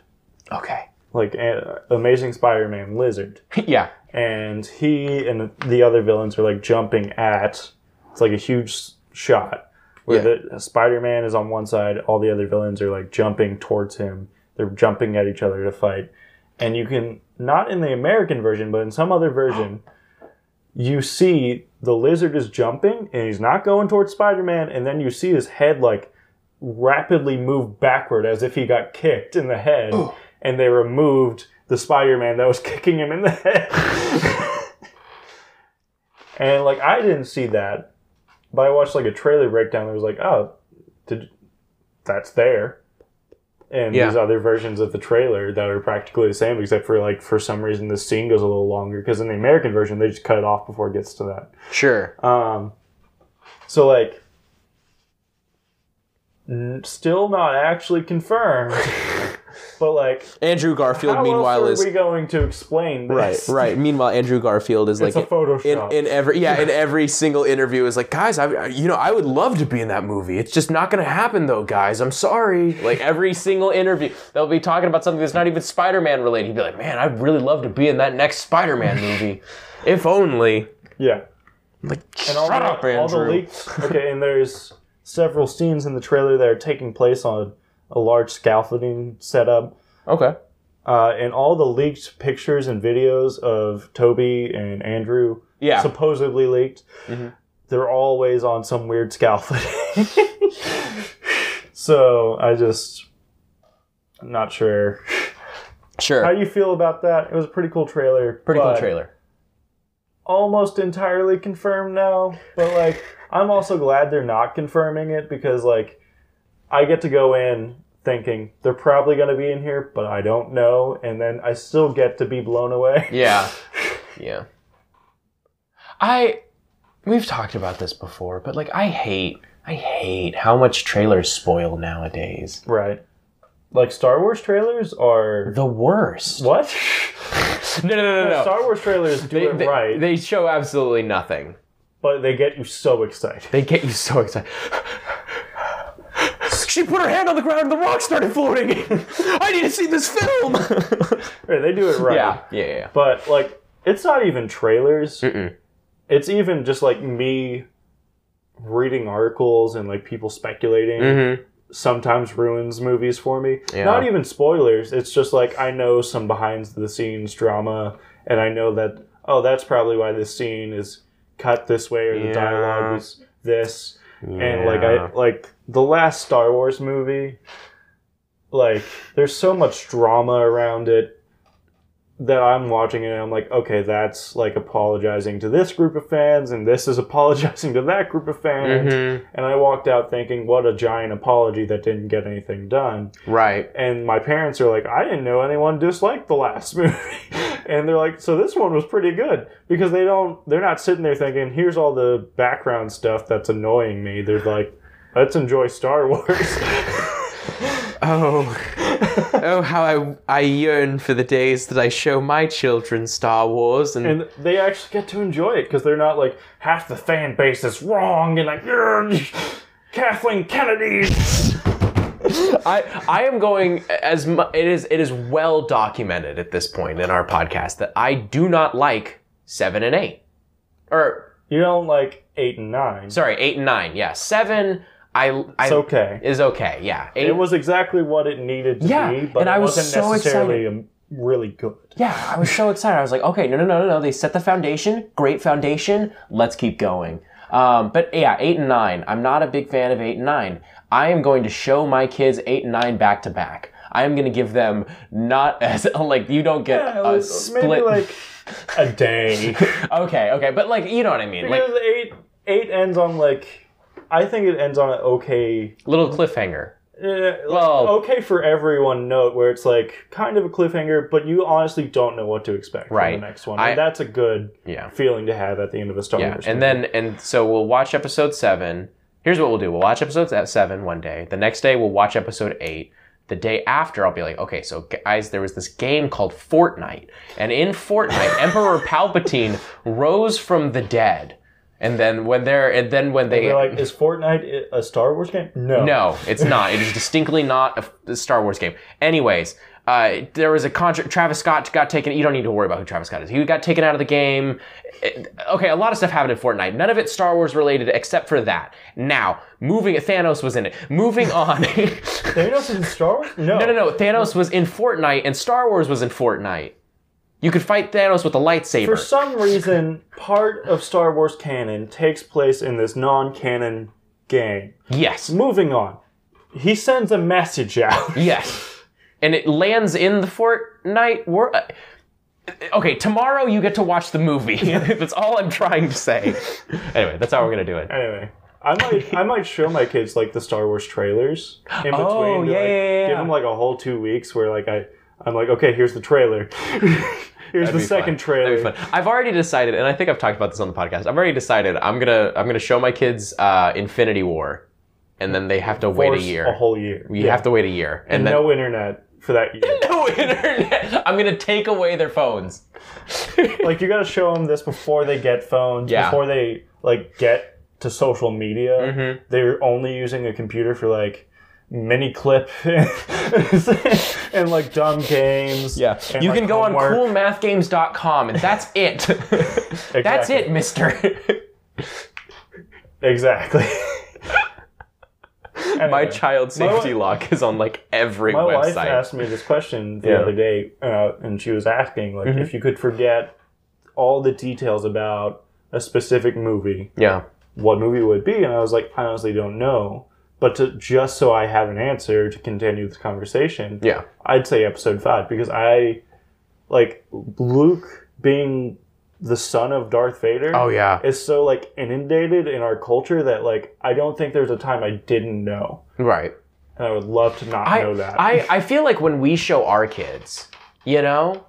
S2: okay.
S1: like a- Amazing Spider-Man Lizard,
S2: yeah.
S1: and he and the other villains are like jumping at. It's like a huge s- shot where the Spider-Man is on one side, all the other villains are like jumping towards him. They're jumping at each other to fight, and you can not in the American version, but in some other version, you see the lizard is jumping and he's not going towards Spider-Man, and then you see his head like rapidly move backward as if he got kicked in the head, and they removed the Spider-Man that was kicking him in the head. and like I didn't see that, but I watched like a trailer breakdown that was like, oh, did that's there. And
S2: Yeah.
S1: these other versions of the trailer that are practically the same, except for like for some reason this scene goes a little longer because in the American version they just cut it off before it gets to that.
S2: Sure.
S1: Um, so like, n- still not actually confirmed, but like,
S3: Andrew Garfield,
S1: how
S3: meanwhile,
S1: else
S3: is
S1: are we going to explain
S3: right,
S1: this?
S3: right. Meanwhile, Andrew Garfield is
S1: It's
S3: like
S1: a
S3: in,
S1: Photoshop.
S3: in every yeah in every single interview is like, guys, I
S2: You know, I would love to be in that movie. It's just not going to happen, though, guys. I'm sorry. Like every single interview, they'll be talking about something that's not even Spider-Man related. He'd be like, "Man, I'd really love to be in that next Spider-Man movie, if only."
S1: yeah.
S2: Like,
S1: And all,
S2: shut
S1: the,
S2: up,
S1: all the
S2: Andrew.
S1: leaks. Okay, and there's several scenes in the trailer that are taking place on a large scaffolding setup.
S2: okay.
S1: Uh, and all the leaked pictures and videos of Toby and Andrew,
S2: Yeah. Mm-hmm.
S1: supposedly leaked, they're always on some weird scaffolding. so I just, I'm not sure
S2: sure.
S1: how you feel about that. It was a pretty cool trailer.
S2: Pretty cool
S1: but
S2: trailer.
S1: Almost entirely confirmed now, but like I'm also glad they're not confirming it because like I get to go in thinking they're probably going to be in here, but I don't know, and then I still get to be blown away.
S2: Yeah. Yeah. I we've talked about this before, but like I hate I hate how much trailers spoil nowadays.
S1: Right. Like Star Wars trailers are
S2: The worst.
S1: what?
S2: No, no, no, no. no.
S1: Star Wars trailers do it
S2: they,
S1: right,
S2: they show absolutely nothing.
S1: but they get you so excited.
S2: They get you so excited. She put her hand on the ground and the rock started floating. I need to see this film.
S1: Right, They do it right.
S2: yeah, Mm. yeah, yeah.
S1: But like, it's not even trailers.
S2: Mm-mm.
S1: It's even just like me reading articles and like people speculating
S2: Mm-hmm.
S1: sometimes ruins movies for me.
S2: Yeah.
S1: Not even spoilers. It's just like I know some behind the scenes drama and I know that oh, that's probably why this scene is cut this way or the
S2: Yeah.
S1: dialogue was this. And
S2: Mm-hmm. Yeah.
S1: like I like the last Star Wars movie, like there's so much drama around it that I'm watching it and I'm like, okay, that's like apologizing to this group of fans and this is apologizing to that group of fans.
S2: Mhm.
S1: And I walked out thinking, what a giant apology that didn't get anything done.
S2: right.
S1: And my parents are like, I didn't know anyone disliked the last movie. and they're like, so this one was pretty good. Because they don't, they're not sitting there thinking, here's all the background stuff that's annoying me. They're like, let's enjoy Star Wars.
S2: Oh, oh, how I I yearn for the days that I show my children Star Wars and,
S1: and they actually get to enjoy it because they're not like, half the fan base is wrong and like, "Grr, Kathleen Kennedy.
S2: I I am going as mu- it is it is well documented at this point in our podcast that I do not like seven and eight, or
S1: You don't like eight and nine.
S2: sorry eight and nine. Yeah, seven I I
S1: it's okay.
S2: is okay. Yeah, eight,
S1: It was exactly what it needed to
S2: Yeah,
S1: be, but
S2: and
S1: it
S2: I was
S1: wasn't
S2: so
S1: necessarily um really good.
S2: yeah. I was so excited. I was like, okay, no, no, no, no, no. They set the foundation, great foundation. Let's keep going. Um, but yeah, eight and nine. I'm not a big fan of eight and nine. I am going to show my kids eight and nine back to back. I am going to give them not as like you don't get
S1: Yeah, it
S2: a
S1: was
S2: split.
S1: maybe like a day.
S2: Okay, okay, but like you know what I mean, like
S1: because eight eight ends on like I think it ends on an okay,
S2: little cliffhanger.
S1: eh, like,
S2: Well-
S1: okay for everyone note where it's like kind of a cliffhanger, but you honestly don't know what to expect
S2: Right.
S1: from the next one.
S2: I-
S1: and that's a good
S2: Yeah.
S1: feeling to have at the end of a Star
S2: Yeah,
S1: Wars.
S2: and
S1: movie.
S2: then and so we'll watch episode seven. Here's what we'll do: we'll watch episode se- seven one day. The next day, we'll watch episode eight. The day after, I'll be like, okay, so guys, there was this game called Fortnite, and in Fortnite, Emperor Palpatine rose from the dead, and then when they're and then when they
S1: you're like, is Fortnite i- a Star Wars game? No,
S2: no, it's not. It is distinctly not a f- a Star Wars game. Anyways, uh, there was a contract. Travis Scott got taken. You don't need to worry about who Travis Scott is. He got taken out of the game. It- okay, a lot of stuff happened in Fortnite. None of it's Star Wars related except for that. Now, moving. Thanos was in it. Moving on.
S1: Thanos is in Star Wars. No,
S2: no, no, no. Thanos was in Fortnite, and Star Wars was in Fortnite. You could fight Thanos with a lightsaber.
S1: For some reason, part of Star Wars canon takes place in this non canon game.
S2: yes.
S1: Moving on. He sends a message out.
S2: Yes. And it lands in the Fortnite world. Okay, tomorrow you get to watch the movie. that's all I'm trying to say. Anyway, that's how we're gonna do it.
S1: anyway. I might I might show my kids like the Star Wars trailers in between.
S2: Oh,
S1: to,
S2: yeah,
S1: like,
S2: yeah, yeah.
S1: Give them like a whole two weeks where like I I'm like okay here's the trailer, here's the
S2: That'd be fun.
S1: second
S2: That'd
S1: trailer.
S2: be fun. I've already decided, and I think I've talked about this on the podcast. I've already decided I'm gonna I'm gonna show my kids uh, Infinity War, and then they have to wait a
S1: Force
S2: year.
S1: a whole year.
S2: you have to wait a year, and, then
S1: no internet for that year.
S2: no internet. I'm gonna take away their phones.
S1: like you got to show them this before they get phones
S2: Yeah.
S1: before they like get to social media
S2: Mm-hmm.
S1: they're only using a computer for like mini clip and like dumb games
S3: Yeah.
S1: and,
S2: You
S1: like,
S2: can go
S1: homework.
S2: on coolmathgames.com, and that's it. That's
S1: Exactly.
S2: it, Mister.
S1: exactly
S2: My
S1: Anyway,
S2: child safety
S1: wi-
S2: lock is on like every
S1: my wife
S2: website.
S1: asked me this question the
S2: Yeah. Mm-hmm.
S1: other day uh, and she was asking like if you could forget all the details about a specific movie
S2: Yeah.
S1: what movie it would be, and I was like, I honestly don't know. But to, just so I have an answer to continue this conversation,
S2: Yeah.
S1: I'd say episode five because I like Luke being the son of Darth Vader
S2: Oh, yeah.
S1: is so like inundated in our culture that like I don't think there's a time I didn't know,
S2: Right.
S1: and I would love to not
S2: I,
S1: know that.
S2: I I feel like when we show our kids, you know,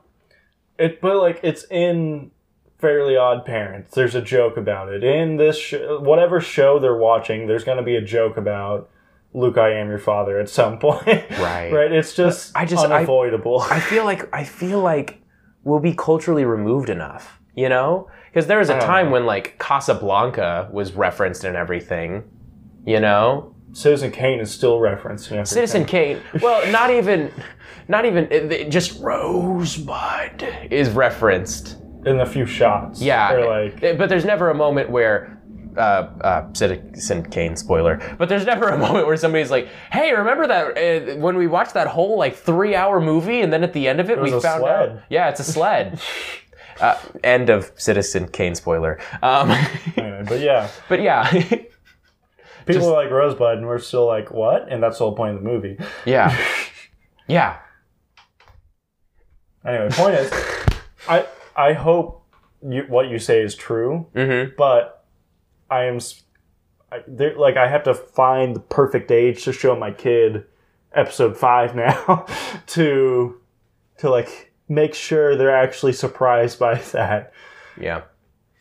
S1: It, but like it's in Fairly Odd Parents. There's a joke about it in this sh- whatever show they're watching. There's going to be a joke about Luke. I am your father at some point.
S2: Right.
S1: right. It's just
S2: I just- I-
S1: unavoidable.
S2: I feel like I feel like we'll be culturally removed enough, you know? Because there was a
S1: don't
S2: time
S1: know.
S2: when like Casablanca was referenced in everything, you know?
S1: Citizen Kane is still referenced. in everything.
S2: Citizen Kane. Well, not even, not even. It, it just Rosebud is referenced.
S1: in a few shots.
S2: Yeah,
S1: Or like
S2: eh, but there's never a moment where. Uh, uh, Citizen Kane spoiler, but there's never a moment where somebody's like, "Hey, remember that uh, when we watched that whole like three-hour movie, and then at the end of it, we
S1: was a
S2: found
S1: sled.
S2: out, yeah, it's a sled." Uh, end of Citizen Kane spoiler. Um,
S1: Anyway, but yeah,
S2: but yeah,
S1: people are like Rosebud, and we're still like what? And that's the whole point of the movie.
S2: yeah, yeah.
S1: Anyway, point is, I I hope you, what you say is true,
S2: Mm-hmm.
S1: but I am s- I, there, like I have to find the perfect age to show my kid episode five now to to like make sure they're actually surprised by that.
S2: Yeah.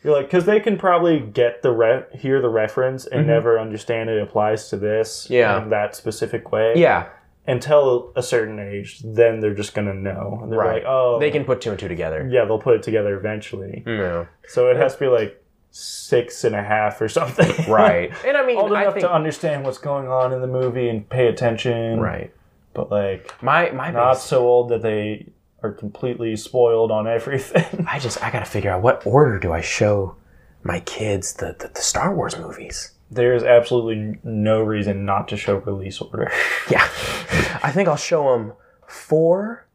S1: You're like because they can probably get the re- hear the reference and never understand it applies to this
S2: Mm-hmm. Yeah.
S1: in that specific way
S2: Yeah.
S1: until a certain age. Then they're just gonna know. And they're
S2: Right.
S1: like, oh,
S2: They can put two and two together.
S1: yeah, they'll put it together eventually.
S2: No.
S1: So it has to be like six and a half or something.
S2: Right. And I mean,
S1: Old
S2: I
S1: enough
S2: think.
S1: to understand what's going on in the movie and pay attention.
S2: right.
S1: But like
S2: My my
S1: not
S2: biggest,
S1: so old that they are completely spoiled on everything.
S2: I just I gotta figure out what order do I show my kids the the, the Star Wars movies.
S1: there is absolutely no reason not to show release order.
S2: Yeah. I think I'll show them four,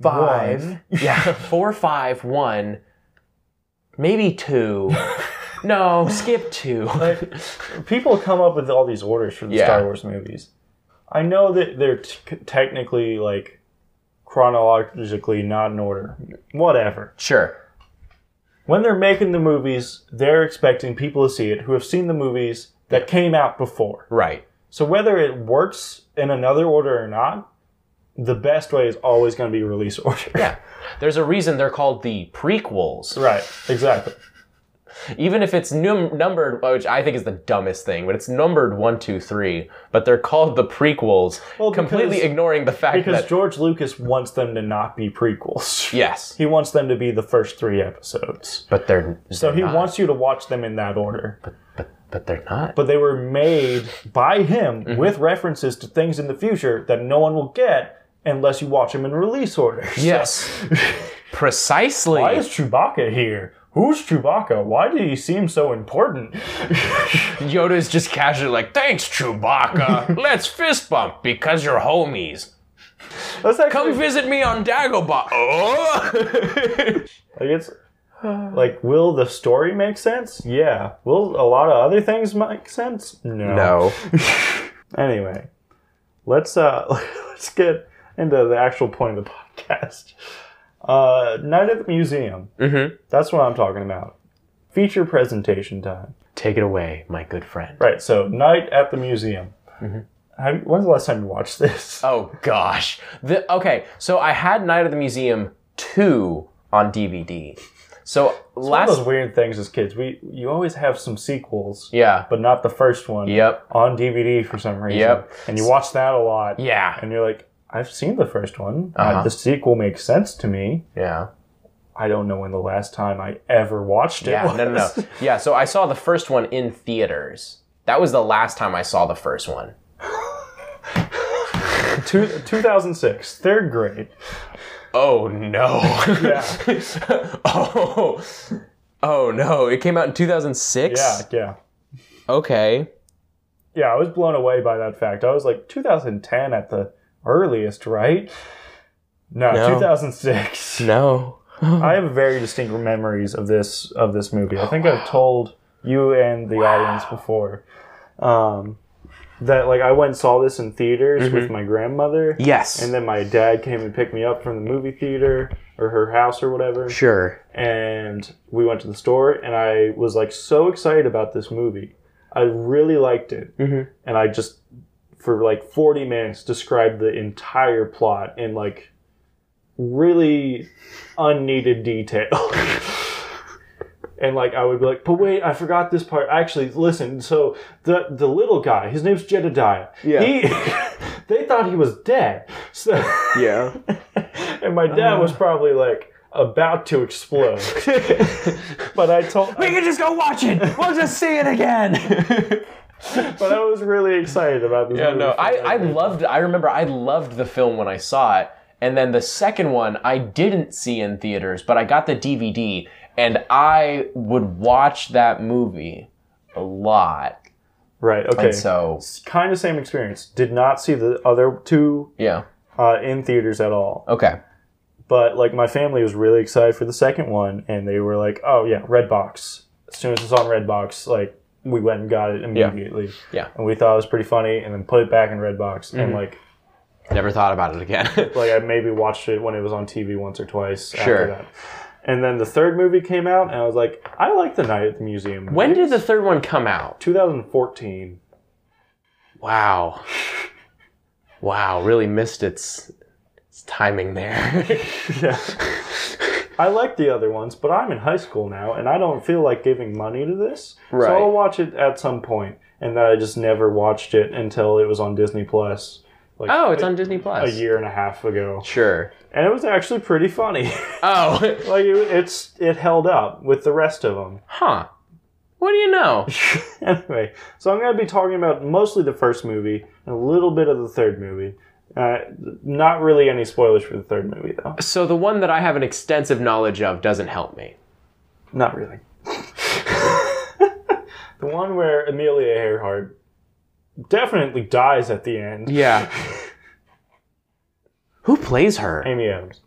S2: five.
S1: One.
S2: Yeah, four, five, one, maybe two. no, skip two.
S1: Like, people come up with all these orders for the
S2: Yeah.
S1: Star Wars movies. I know that they're t- technically like chronologically not in order. Whatever.
S2: Sure.
S1: when they're making the movies, they're expecting people to see it who have seen the movies that came out before.
S2: Right.
S1: So whether it works in another order or not, the best way is always going to be release order.
S2: Yeah. There's a reason they're called the prequels.
S1: right. Exactly.
S2: Even if it's num- numbered, which I think is the dumbest thing, but it's numbered one, two, three, but they're called the prequels,
S1: Well,
S2: completely
S1: because-
S2: ignoring the fact
S1: Because
S2: that.
S1: George Lucas wants them to not be prequels.
S2: yes.
S1: He wants them to be the first three episodes.
S2: But they're.
S1: So he
S2: not.
S1: wants you to watch them in that order.
S2: But, but they're not.
S1: But they were made by him
S2: Mm-hmm.
S1: with references to things in the future that no one will get unless you watch them in release order.
S2: yes. Precisely.
S1: Why is Chewbacca here? Who's Chewbacca? Why did he seem so important?
S2: Yoda's just casually like, thanks, Chewbacca. Let's fist bump because you're homies.
S1: That's actually,
S2: Come visit me on Dagobah. Oh!
S1: like it's like will the story make sense? Yeah. Will a lot of other things make sense? No. Anyway, let's uh let's get into the actual point of the podcast. Uh, Night at the Museum.
S2: Mm-hmm.
S1: That's what I'm talking about. Feature presentation time.
S2: Take it away, my good friend.
S1: Right. So, Night at the Museum.
S2: Mm-hmm.
S1: Have, when's the last time you watched this?
S2: Oh, gosh. The, okay, so I had Night at the Museum 2 on DVD. So
S1: One of
S2: last.
S1: those weird things as kids. We you always have some sequels,
S2: Yeah.
S1: but not the first one.
S2: Yep.
S1: On DVD for some reason.
S2: Yep.
S1: And you watch that a lot.
S2: Yeah.
S1: And you're like, I've seen the first one. Uh,
S2: Uh-huh.
S1: the sequel makes sense to me.
S2: Yeah.
S1: I don't know when the last time I ever watched it.
S2: Yeah,
S1: was.
S2: no, no, no. Yeah, so I saw the first one in theaters. That was the last time I saw the first one.
S1: Two, 2006, third grade.
S2: Oh no.
S1: Yeah.
S2: oh. Oh no, it came out in 2006?
S1: Yeah, yeah.
S3: Okay.
S1: Yeah, I was blown away by that fact. I was like, 2010 at the earliest, right? No,
S3: No.
S1: 2006.
S3: No.
S1: I have very distinct memories of this of this movie. I think I've told you and the audience before um, that like I went and saw this in theaters with my grandmother,
S2: Yes.
S1: and then my dad came and picked me up from the movie theater or her house or whatever,
S2: sure.
S1: and we went to the store, and I was like so excited about this movie. I really liked it,
S3: Mhm.
S1: and I just for like forty minutes described the entire plot in like really unneeded detail. And like I would be like, but wait, I forgot this part. Actually, listen. So the the little guy, his name's Jedediah.
S3: Yeah.
S1: He, they thought he was dead. So
S3: Yeah.
S1: and my dad
S2: Uh.
S1: was probably like about to explode. but I told,
S2: We can just go watch it. We'll just see it again.
S1: but I was really excited about this.
S2: yeah,
S1: movie
S2: no.
S1: for
S2: I,
S1: that
S2: I
S1: reason.
S2: loved I remember I loved the film when I saw it. And then the second one I didn't see in theaters, but I got the DVD and I would watch that movie a lot.
S1: right. Okay,
S2: And so
S1: kind of same experience. Did not see the other two
S2: yeah.
S1: uh, in theaters at all.
S2: Okay.
S1: But like my family was really excited for the second one, and they were like, "Oh yeah, Redbox." As soon as it's on Redbox, like we went and got it immediately.
S3: Yeah.
S1: And we thought it was pretty funny, and then put it back in Redbox,
S2: Mm-hmm.
S1: and like
S2: Never thought about it again.
S1: like I maybe watched it when it was on TV once or twice.
S2: Sure.
S1: After that. And then the third movie came out, and I was like, "I like the Night at the Museum." movie.
S2: when did the third one come out?
S1: 2014?
S2: Wow. Wow, really missed its, its timing there.
S1: Yeah. I like the other ones, but I'm in high school now, and I don't feel like giving money to this.
S2: Right.
S1: So I'll watch it at some point, and then I just never watched it until it was on Disney Plus
S2: oh, it's on Disney
S1: a
S2: Plus.
S1: year and a half ago,
S2: Sure.
S1: and it was actually pretty funny.
S2: Oh,
S1: like it, it's it held up with the rest of them.
S2: huh. What do you know?
S1: anyway, so I'm going to be talking about mostly the first movie and a little bit of the third movie. Uh, not really any spoilers for the third movie, though.
S2: So the one that I have an extensive knowledge of doesn't help me.
S1: Not really. the one where Amelia Earhart definitely dies at the end.
S2: Yeah. Who plays her?
S1: Amy Adams.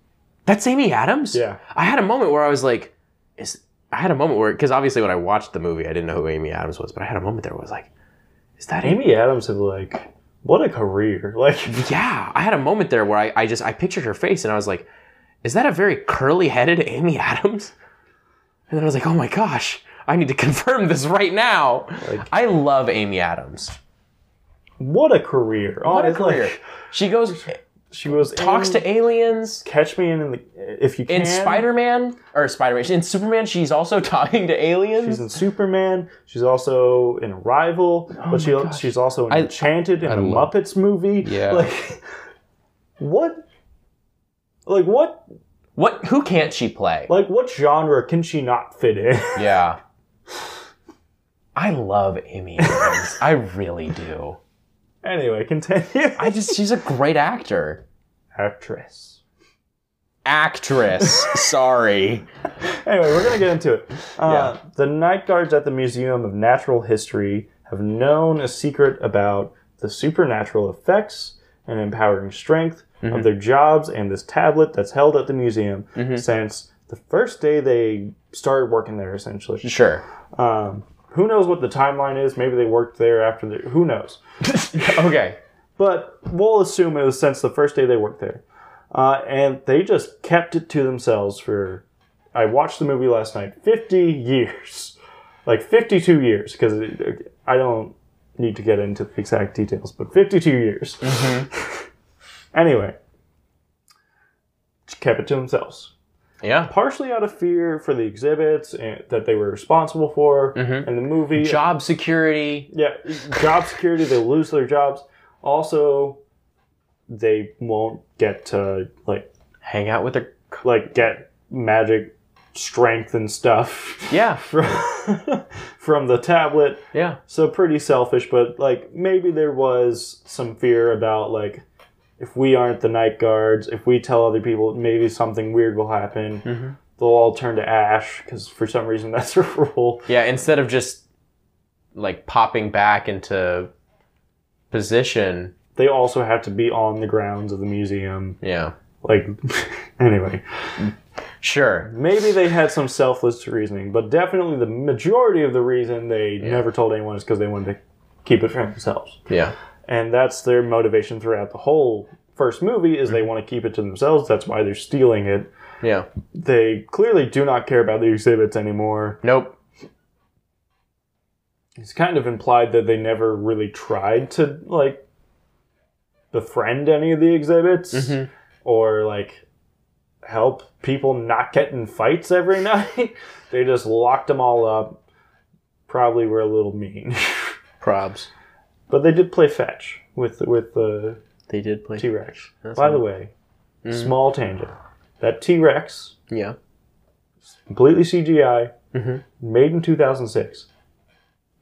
S2: That's Amy Adams?
S1: Yeah.
S2: I had a moment where I was like, is I had a moment where because obviously when I watched the movie I didn't know who Amy Adams was, but I had a moment there where I was like, is that Amy?
S1: Amy Adams is like, what a career. Like,
S2: Yeah. I had a moment there where I, I just I pictured her face and I was like, is that a very curly headed Amy Adams? And then I was like, oh my gosh, I need to confirm this right now.
S1: Like-
S2: I love Amy Adams.
S1: what a career.
S2: What a
S1: Honestly, like,
S2: career. She goes
S1: she was
S2: talks
S1: in
S2: to aliens.
S1: Catch Me in, in the if you can.
S2: In Spider Man or Spider Man, in Superman, she's also talking to aliens.
S1: She's in Superman. She's also in Rival, but she she's also in Enchanted in the
S3: love-
S1: Muppets movie.
S3: Yeah.
S1: Like what? Like what?
S2: what? Who can't she play?
S1: Like what genre can she not fit in?
S2: Yeah. I love Amy Adams. I really do.
S1: anyway, continue.
S2: I just she's a great actor.
S1: Actress.
S2: Actress. Sorry.
S1: Anyway, we're gonna get into it. Uh, The night guards at the Museum of Natural History have known a secret about the supernatural effects and empowering strength of their jobs and this tablet that's held at the museum since the first day they started working there. Essentially,
S2: Sure.
S1: um, who knows what the timeline is? Maybe they worked there after the. Who knows?
S2: Okay.
S1: But we'll assume it was since the first day they worked there. Uh, and they just kept it to themselves for, I watched the movie last night, 50 years. Like 52 years, because I don't need to get into the exact details, but 52 years. anyway, just kept it to themselves
S2: Yeah.
S1: partially out of fear for the exhibits and, that they were responsible for and the movie.
S2: Job security.
S1: yeah, job security. They lose their jobs. Also, they won't get to like
S2: Hang out with her.
S1: like get magic strength and stuff
S2: Yeah.
S1: from from the tablet.
S2: Yeah.
S1: So pretty selfish, but like maybe there was some fear about like if we aren't the night guards, if we tell other people, maybe something weird will happen. They'll all turn to ash because for some reason that's a rule.
S2: Yeah. Instead of just like popping back into position.
S1: They also have to be on the grounds of the museum.
S2: Yeah.
S1: Like, anyway,
S2: Sure.
S1: maybe they had some selfless reasoning, but definitely the majority of the reason they never told anyone is because they wanted to keep it for themselves.
S2: Yeah.
S1: and that's their motivation throughout the whole first movie is they want to keep it to themselves that's why they're stealing it
S2: Yeah.
S1: they clearly do not care about the exhibits anymore
S2: Nope.
S1: it's kind of implied that they never really tried to like befriend any of the exhibits or like help people not get in fights every night they just locked them all up probably were a little mean
S2: Probs.
S1: but they did play fetch with with the
S2: They did play.
S1: T Rex. By the way, small tangent. That T Rex,
S2: Yeah.
S1: completely CGI,
S2: Mhm.
S1: made in 2006,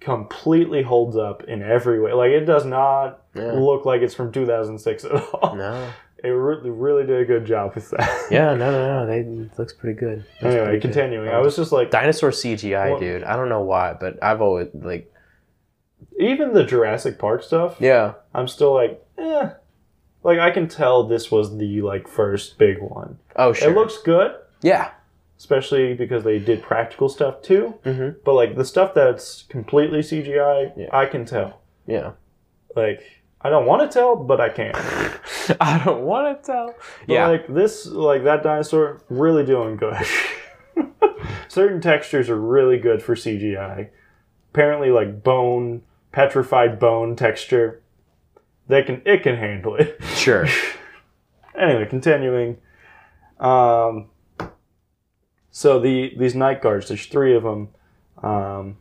S1: completely holds up in every way. Like, it does not
S2: Yeah.
S1: look like it's from 2006 at all.
S2: No.
S1: It really, really did a good job with that.
S2: Yeah, no, no, no. They it looks pretty good. Looks
S1: anyway,
S2: pretty good.
S1: continuing. I was just like,
S2: Dinosaur CGI,
S1: Well-
S2: dude. I don't know why, but I've always like.
S1: even the Jurassic Park stuff,
S2: Yeah.
S1: I'm still like, eh. Like I can tell this was the like first big one.
S2: Oh, sure.
S1: It looks good,
S2: yeah.
S1: especially because they did practical stuff too.
S2: Mhm.
S1: But like the stuff that's completely CGI,
S2: Yeah.
S1: I can tell.
S2: Yeah.
S1: Like I don't want to tell, but I can.
S2: I don't want to tell.
S1: But,
S2: yeah.
S1: Like this, like that dinosaur, really doing good. Certain textures are really good for CGI. Apparently, like bone, petrified bone texture, they can it can handle it.
S2: sure.
S1: anyway, continuing. Um, so the these night guards, there's three of them, um,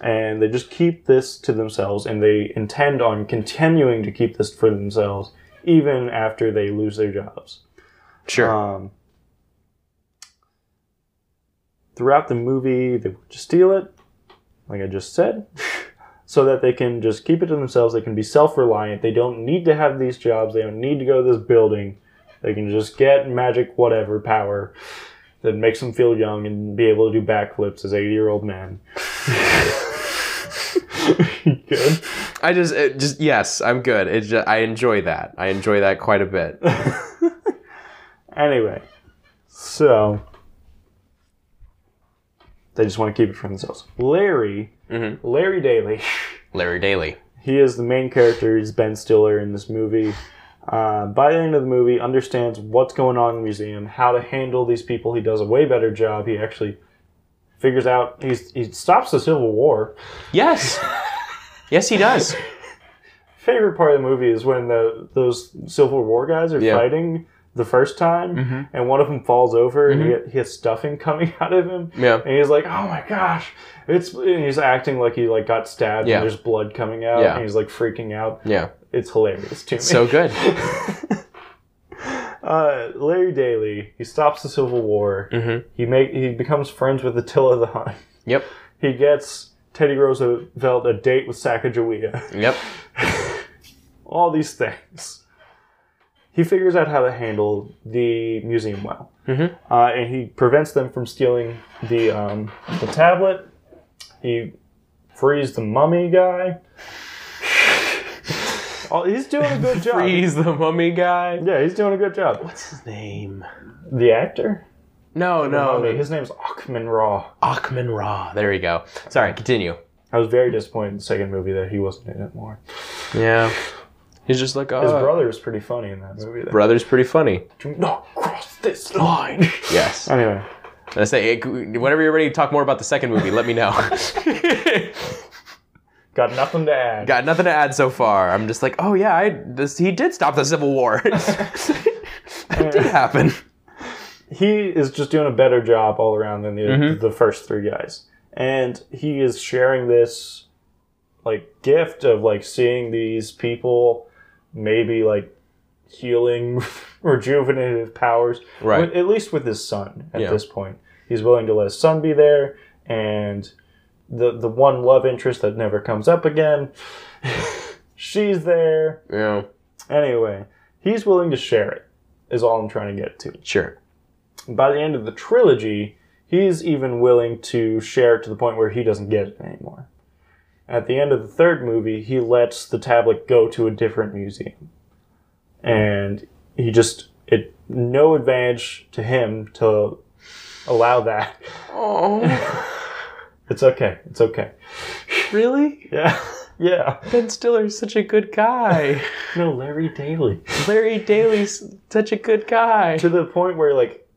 S1: and they just keep this to themselves, and they intend on continuing to keep this for themselves even after they lose their jobs.
S2: Sure.
S1: Um, throughout the movie, they want to steal it, like I just said, so that they can just keep it to themselves. They can be self reliant. They don't need to have these jobs. They don't need to go to this building. They can just get magic, whatever power that makes them feel young and be able to do backflips as 80 year old men. Good.
S2: I just, it just yes, I'm good. It just, I enjoy that. I enjoy that quite a bit.
S1: Anyway, so they just want to keep it for themselves. Larry,
S2: Mhm.
S1: Larry Daly,
S2: Larry Daly.
S1: he is the main character. He's Ben Stiller in this movie. Uh, by the end of the movie, understands what's going on in the museum, how to handle these people. He does a way better job. He actually figures out. He's, he stops the Civil War.
S2: Yes. yes, he does.
S1: favorite part of the movie is when the those Civil War guys are
S2: Yeah.
S1: fighting the first time, and one of them falls over and he, he has stuffing coming out of him.
S2: Yeah.
S1: and he's like, "Oh my gosh!" It's and he's acting like he like got stabbed
S2: Yeah.
S1: and there's blood coming out,
S2: Yeah.
S1: and he's like freaking out.
S2: Yeah.
S1: It's hilarious to me.
S2: So good.
S1: uh, Larry Daly, he stops the Civil War.
S2: Mhm.
S1: He make he becomes friends with Attila the Hun.
S2: Yep.
S1: He gets Teddy Roosevelt a date with Sacagawea.
S2: Yep.
S1: all these things. He figures out how to handle the museum well,
S2: Mhm.
S1: uh, and he prevents them from stealing the um, the tablet. He frees the mummy guy. oh, he's doing a good job.
S2: Freeze the mummy guy.
S1: Yeah, he's doing a good job.
S2: What's his name?
S1: The actor,
S2: No, no.
S1: Mummy, his name's Achman Raw.
S2: Achman Ra. There we go. Sorry, continue.
S1: I was very disappointed in the second movie that he wasn't in it more.
S2: Yeah.
S3: He's just like, oh,
S1: His brother was pretty funny in that movie. Though.
S2: uh, Brother's pretty funny.
S1: Uh, Do not cross this line.
S2: Yes.
S1: anyway,
S2: I say, eh, whenever you're ready to talk more about the second movie, let me know.
S1: got nothing to add.
S2: Got nothing to add so far. I'm just like, oh yeah, I, this, he did stop the Civil War. that did happen.
S1: he is just doing a better job all around than the,
S2: Mm-hmm.
S1: the first three guys and he is sharing this like gift of like seeing these people maybe like healing rejuvenative powers
S2: Right.
S1: with, at least with his son at
S2: Yeah.
S1: this point he's willing to let his son be there and the the one love interest that never comes up again she's there
S2: Yeah.
S1: anyway he's willing to share it is all i'm trying to get to
S2: Sure.
S1: by the end of the trilogy, he's even willing to share it to the point where he doesn't get it anymore. At the end of the third movie, he lets the tablet go to a different museum. And he just it no advantage to him to allow that.
S2: Oh,
S1: It's okay. It's okay.
S2: really?
S1: Yeah. Yeah.
S2: Ben Stiller's such a good guy.
S1: No, Larry Daly.
S2: Larry Daly's such a good guy.
S1: to the point where like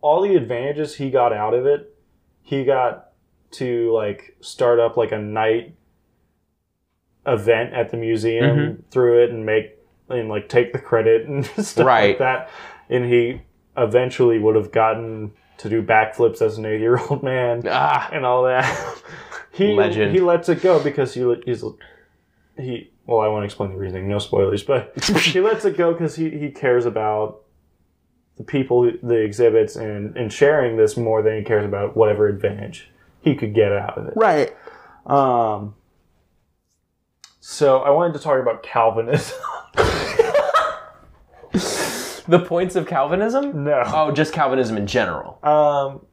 S1: all the advantages he got out of it, he got to like start up like a night event at the museum
S2: Mm-hmm.
S1: through it and make and like take the credit and stuff like
S2: Right.
S1: that. And he eventually would have gotten to do backflips as an eight year old man
S2: Ah,
S1: and all that. he
S2: Legend.
S1: he lets it go because he he's he. Well, I won't explain the reasoning. No spoilers, but he lets it go because he he cares about the people, the exhibits, and and sharing this more than he cares about whatever advantage he could get out of it.
S2: right.
S1: Um. So I wanted to talk about Calvinism.
S2: The points of Calvinism?
S1: no.
S2: Oh, just Calvinism in general.
S1: Um,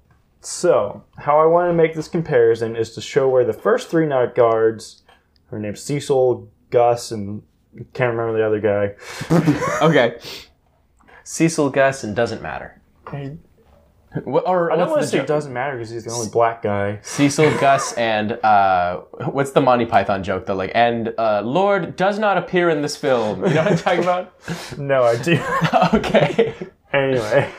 S1: so, how I want to make this comparison is to show where the first three night guards, who are named Cecil, Gus, and Can't remember the other guy.
S3: Okay.
S2: Cecil Gaston doesn't matter.
S1: I,
S3: What, or
S1: I don't want to
S3: what's the
S1: say
S3: jo-
S1: it doesn't matter because he's the only black guy.
S2: Cecil, Gus, and uh, what's the Monty Python joke? The like, and uh, Lord does not appear in this film. You know what I'm talking about?
S1: No idea.
S2: okay.
S1: anyway,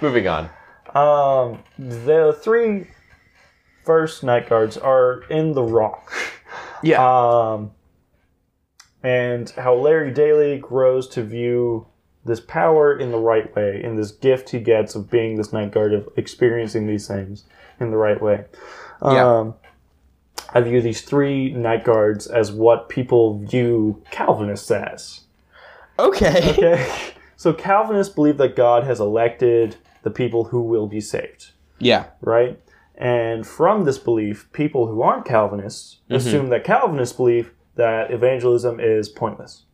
S2: Moving on.
S1: um, the three first night guards are in the rock.
S2: Yeah.
S1: Um, and how Larry Daly grows to view this power in the right way, in this gift he gets of being this night guard, of experiencing these things in the right way.
S3: Yeah.
S1: Um, I view these three night guards as what people view Calvinists as.
S3: Okay.
S1: Okay? so Calvinists believe that God has elected the people who will be saved
S3: Yeah.
S1: right? And from this belief, people who aren't Calvinists assume that Calvinists believe that evangelism is pointless,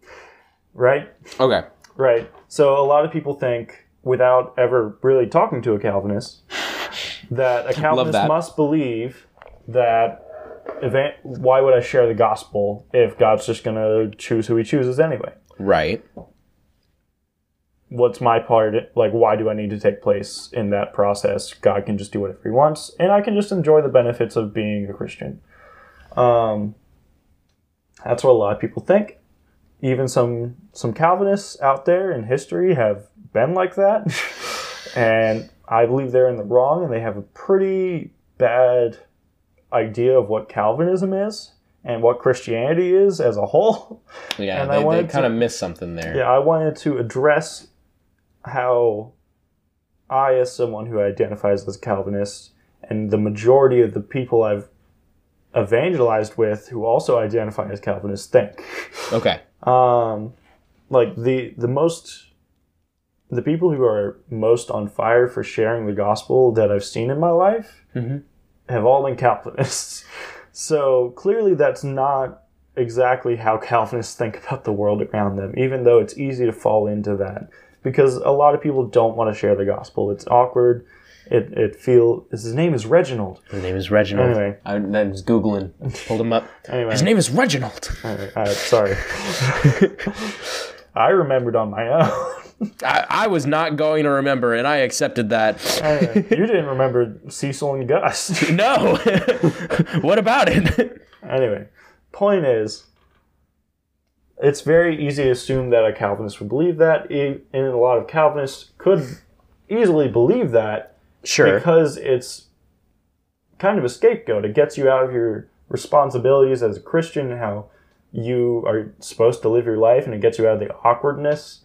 S1: right?
S3: Okay.
S1: Right. So a lot of people think, without ever really talking to a Calvinist, that a Calvinist
S3: that.
S1: must believe that. Evan- why would I share the gospel if God's just going to choose who he chooses anyway?
S3: Right.
S1: what's my part like why do i need to take place in that process god can just do whatever he wants and i can just enjoy the benefits of being a christian um, that's what a lot of people think even some some calvinists out there in history have been like that and i believe they're in the wrong and they have a pretty bad idea of what calvinism is and what christianity is as a whole
S2: Yeah,
S1: And I they- they wanted to- kinda
S2: missed something there.
S1: yeah, I wanted to address how I, as someone who identifies as Calvinist, and the majority of the people I've evangelized with who also identify as Calvinists think.
S3: Okay.
S1: Um, like the the most the people who are most on fire for sharing the gospel that I've seen in my life
S2: Mhm.
S1: have all been Calvinists. So clearly, that's not exactly how Calvinists think about the world around them. Even though it's easy to fall into that, because a lot of people don't want to share the gospel. It's awkward. It it feel his name is Reginald.
S2: His name is Reginald.
S1: Anyway,
S2: I, I was googling. Pulled him up.
S1: anyway.
S3: His name is Reginald.
S1: Alright, uh, sorry. I remembered on my own.
S3: I, I was not going to remember, and I accepted that.
S1: Anyway, you didn't remember Cecil and Gus.
S3: No. what about it?
S1: anyway, point is, it's very easy to assume that a Calvinist would believe that, e- and a lot of Calvinists could easily believe that
S3: Sure.
S1: because it's kind of a scapegoat. It gets you out of your responsibilities as a Christian, and how you are supposed to live your life, and it gets you out of the awkwardness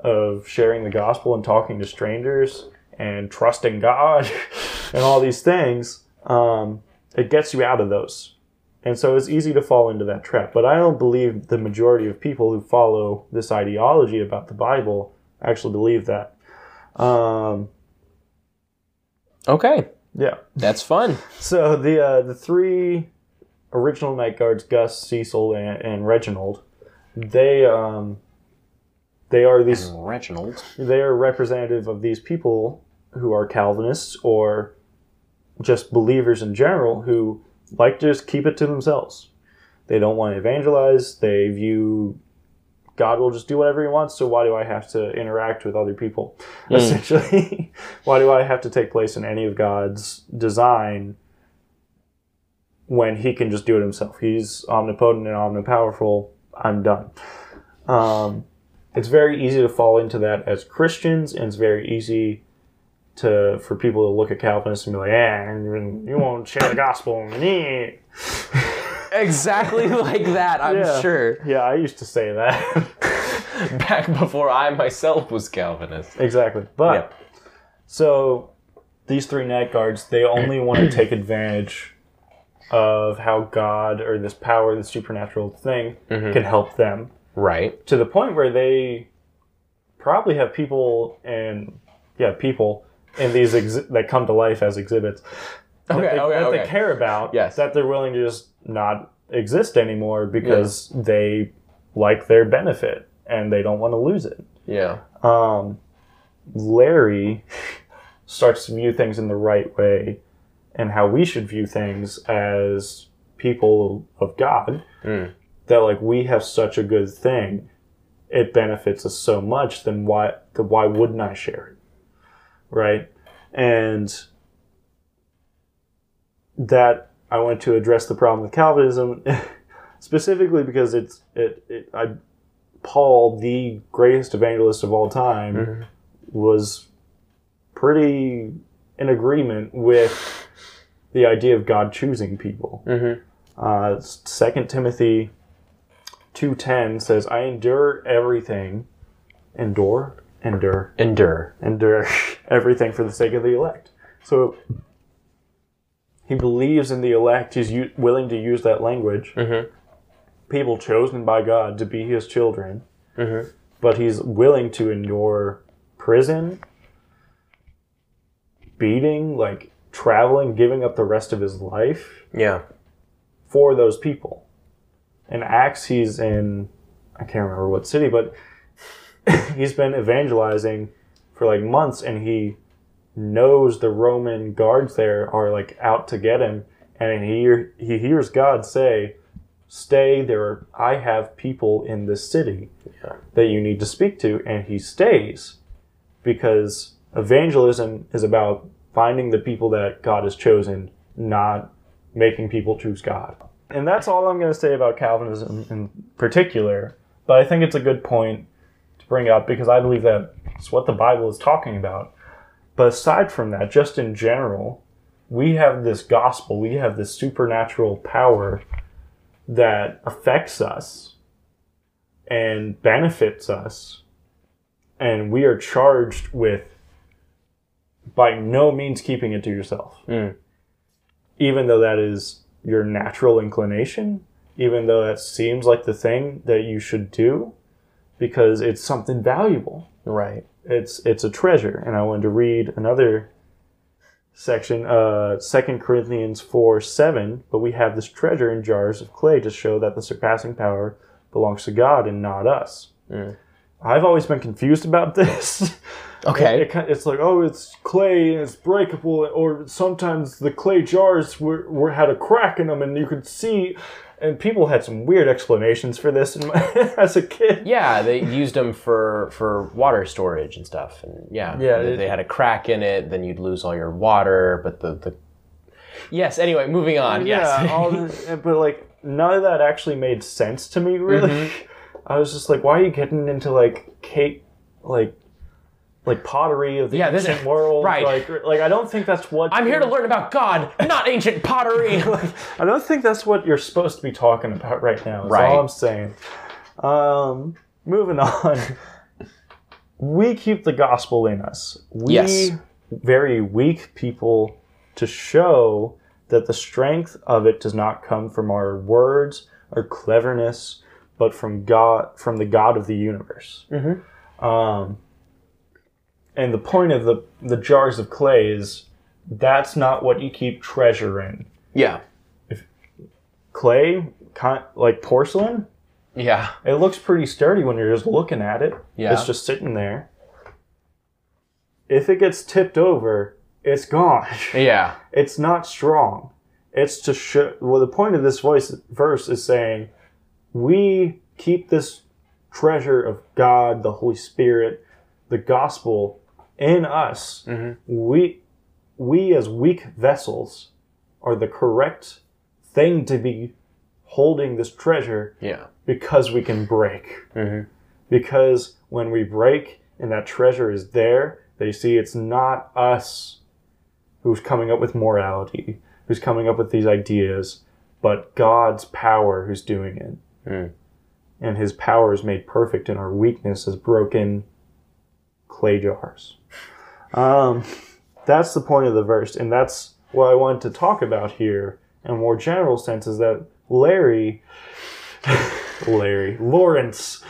S1: of sharing the gospel and talking to strangers and trusting God and all these things. Um, it gets you out of those. And so it's easy to fall into that trap. But I don't believe the majority of people who follow this ideology about the Bible actually believe that. Um,
S3: Okay.
S1: yeah.
S3: That's fun.
S1: So the uh, the three original night guards, Gus, Cecil, and, and Reginald, they um, they are these
S2: Reginald.
S1: they are representative of these people who are Calvinists or just believers in general who like to just keep it to themselves. They don't want to evangelize. They view God will just do whatever he wants, so why do I have to interact with other people? Essentially, why do I have to take place in any of God's design when he can just do it himself? He's omnipotent and omnipowerful. I'm done. Um, it's very easy to fall into that as Christians, and it's very easy to for people to look at Calvinists and be like, "Yeah, you won't share the gospel." Yeah,
S2: Exactly like that, I'm
S1: Yeah.
S2: sure.
S1: yeah I used to say that
S2: Back before I myself was Calvinist.
S1: exactly, but so these three night guards they only want to take advantage of how God or this power, this supernatural thing, can help them.
S2: Right.
S1: to the point where they probably have people and yeah people in these exhi- that come to life as exhibits that,
S2: Okay,
S1: they,
S2: okay,
S1: that
S2: okay.
S1: they care about
S2: Yes.
S1: that they're willing to just not exist anymore because they like their benefit and they don't want to lose it
S2: Yeah.
S1: um, Larry starts to view things in the right way and how we should view things as people of God.
S2: Mm.
S1: that like we have such a good thing, it benefits us so much. Then why then why wouldn't I share it, right? And that I want to address the problem with Calvinism specifically because it's it, it I Paul the greatest evangelist of all time was pretty in agreement with the idea of God choosing people.
S3: Mhm.
S1: Uh, Second Timothy two ten says, "I endure everything, endure, endure,
S2: Endure.
S1: endure everything for the sake of the elect." So he believes in the elect. He's u- willing to use that language.
S3: Mhm.
S1: People chosen by God to be His children,
S3: Mhm.
S1: but he's willing to endure prison, beating, like traveling, giving up the rest of his life
S2: Yeah.
S1: for those people. In Acts, he's in, I can't remember what city, but he's been evangelizing for like months and he knows the Roman guards there are like out to get him. And he, hear, he hears God say, Stay there, are- I have people in this city that you need to speak to. And he stays because evangelism is about finding the people that God has chosen, not making people choose God. And that's all I'm going to say about Calvinism in particular, but I think it's a good point to bring up because I believe that it's what the Bible is talking about. But aside from that, just in general, we have this gospel, we have this supernatural power that affects us and benefits us, and we are charged with by no means keeping it to yourself even though that is your natural inclination, even though that seems like the thing that you should do, because it's something valuable.
S3: Right.
S1: It's it's a treasure. And I wanted to read another section, uh, 2 Corinthians 4 7. But we have this treasure in jars of clay to show that the surpassing power belongs to God and not us.
S3: Mm.
S1: I've always been confused about this.
S3: Okay.
S1: It, it, it's like, oh, it's clay and it's breakable, or sometimes the clay jars were, were had a crack in them, and you could see. And people had some weird explanations for this in my, as a kid.
S2: Yeah, they used them for for water storage and stuff. And yeah,
S1: Yeah,
S2: If
S1: it-
S2: they had a crack in it, then you'd lose all your water. But the the yes. Anyway, moving on. yes.
S1: Yeah, all the, but like none of that actually made sense to me. Really,
S2: Mm-hmm.
S1: I was just like, why are you getting into like cake, like like pottery of the
S2: Yeah, this-
S1: ancient world?
S2: right.
S1: Like, like I don't think that's what
S2: I'm here to learn about God, not ancient pottery.
S1: I don't think that's what you're supposed to be talking about right now. That's
S2: Right.
S1: all I'm saying. Um, moving on. we keep the gospel in us. We
S2: Yes.
S1: very weak people to show that the strength of it does not come from our words or cleverness, but from God, from the God of the universe.
S2: Mm-hmm.
S1: Um, and the point of the the jars of clay is that's not what you keep treasure in
S2: yeah.
S1: clay, kind like porcelain.
S2: Yeah.
S1: It looks pretty sturdy when you're just looking at it.
S2: Yeah.
S1: It's just sitting there. If it gets tipped over, it's gone.
S2: Yeah.
S1: it's not strong. It's to show. Well, the point of this voice verse is saying, we keep this treasure of God, the Holy Spirit, the gospel in us. We, we as weak vessels, are the correct thing to be holding this treasure
S2: Yeah.
S1: because we can break. Because when we break and that treasure is there, they see it's not us who's coming up with morality, who's coming up with these ideas, but God's power who's doing it.
S2: Mm.
S1: And his power is made perfect in our weakness as broken clay jars. Um, that's the point of the verse, and that's what I wanted to talk about here in a more general sense is that Larry Larry Lawrence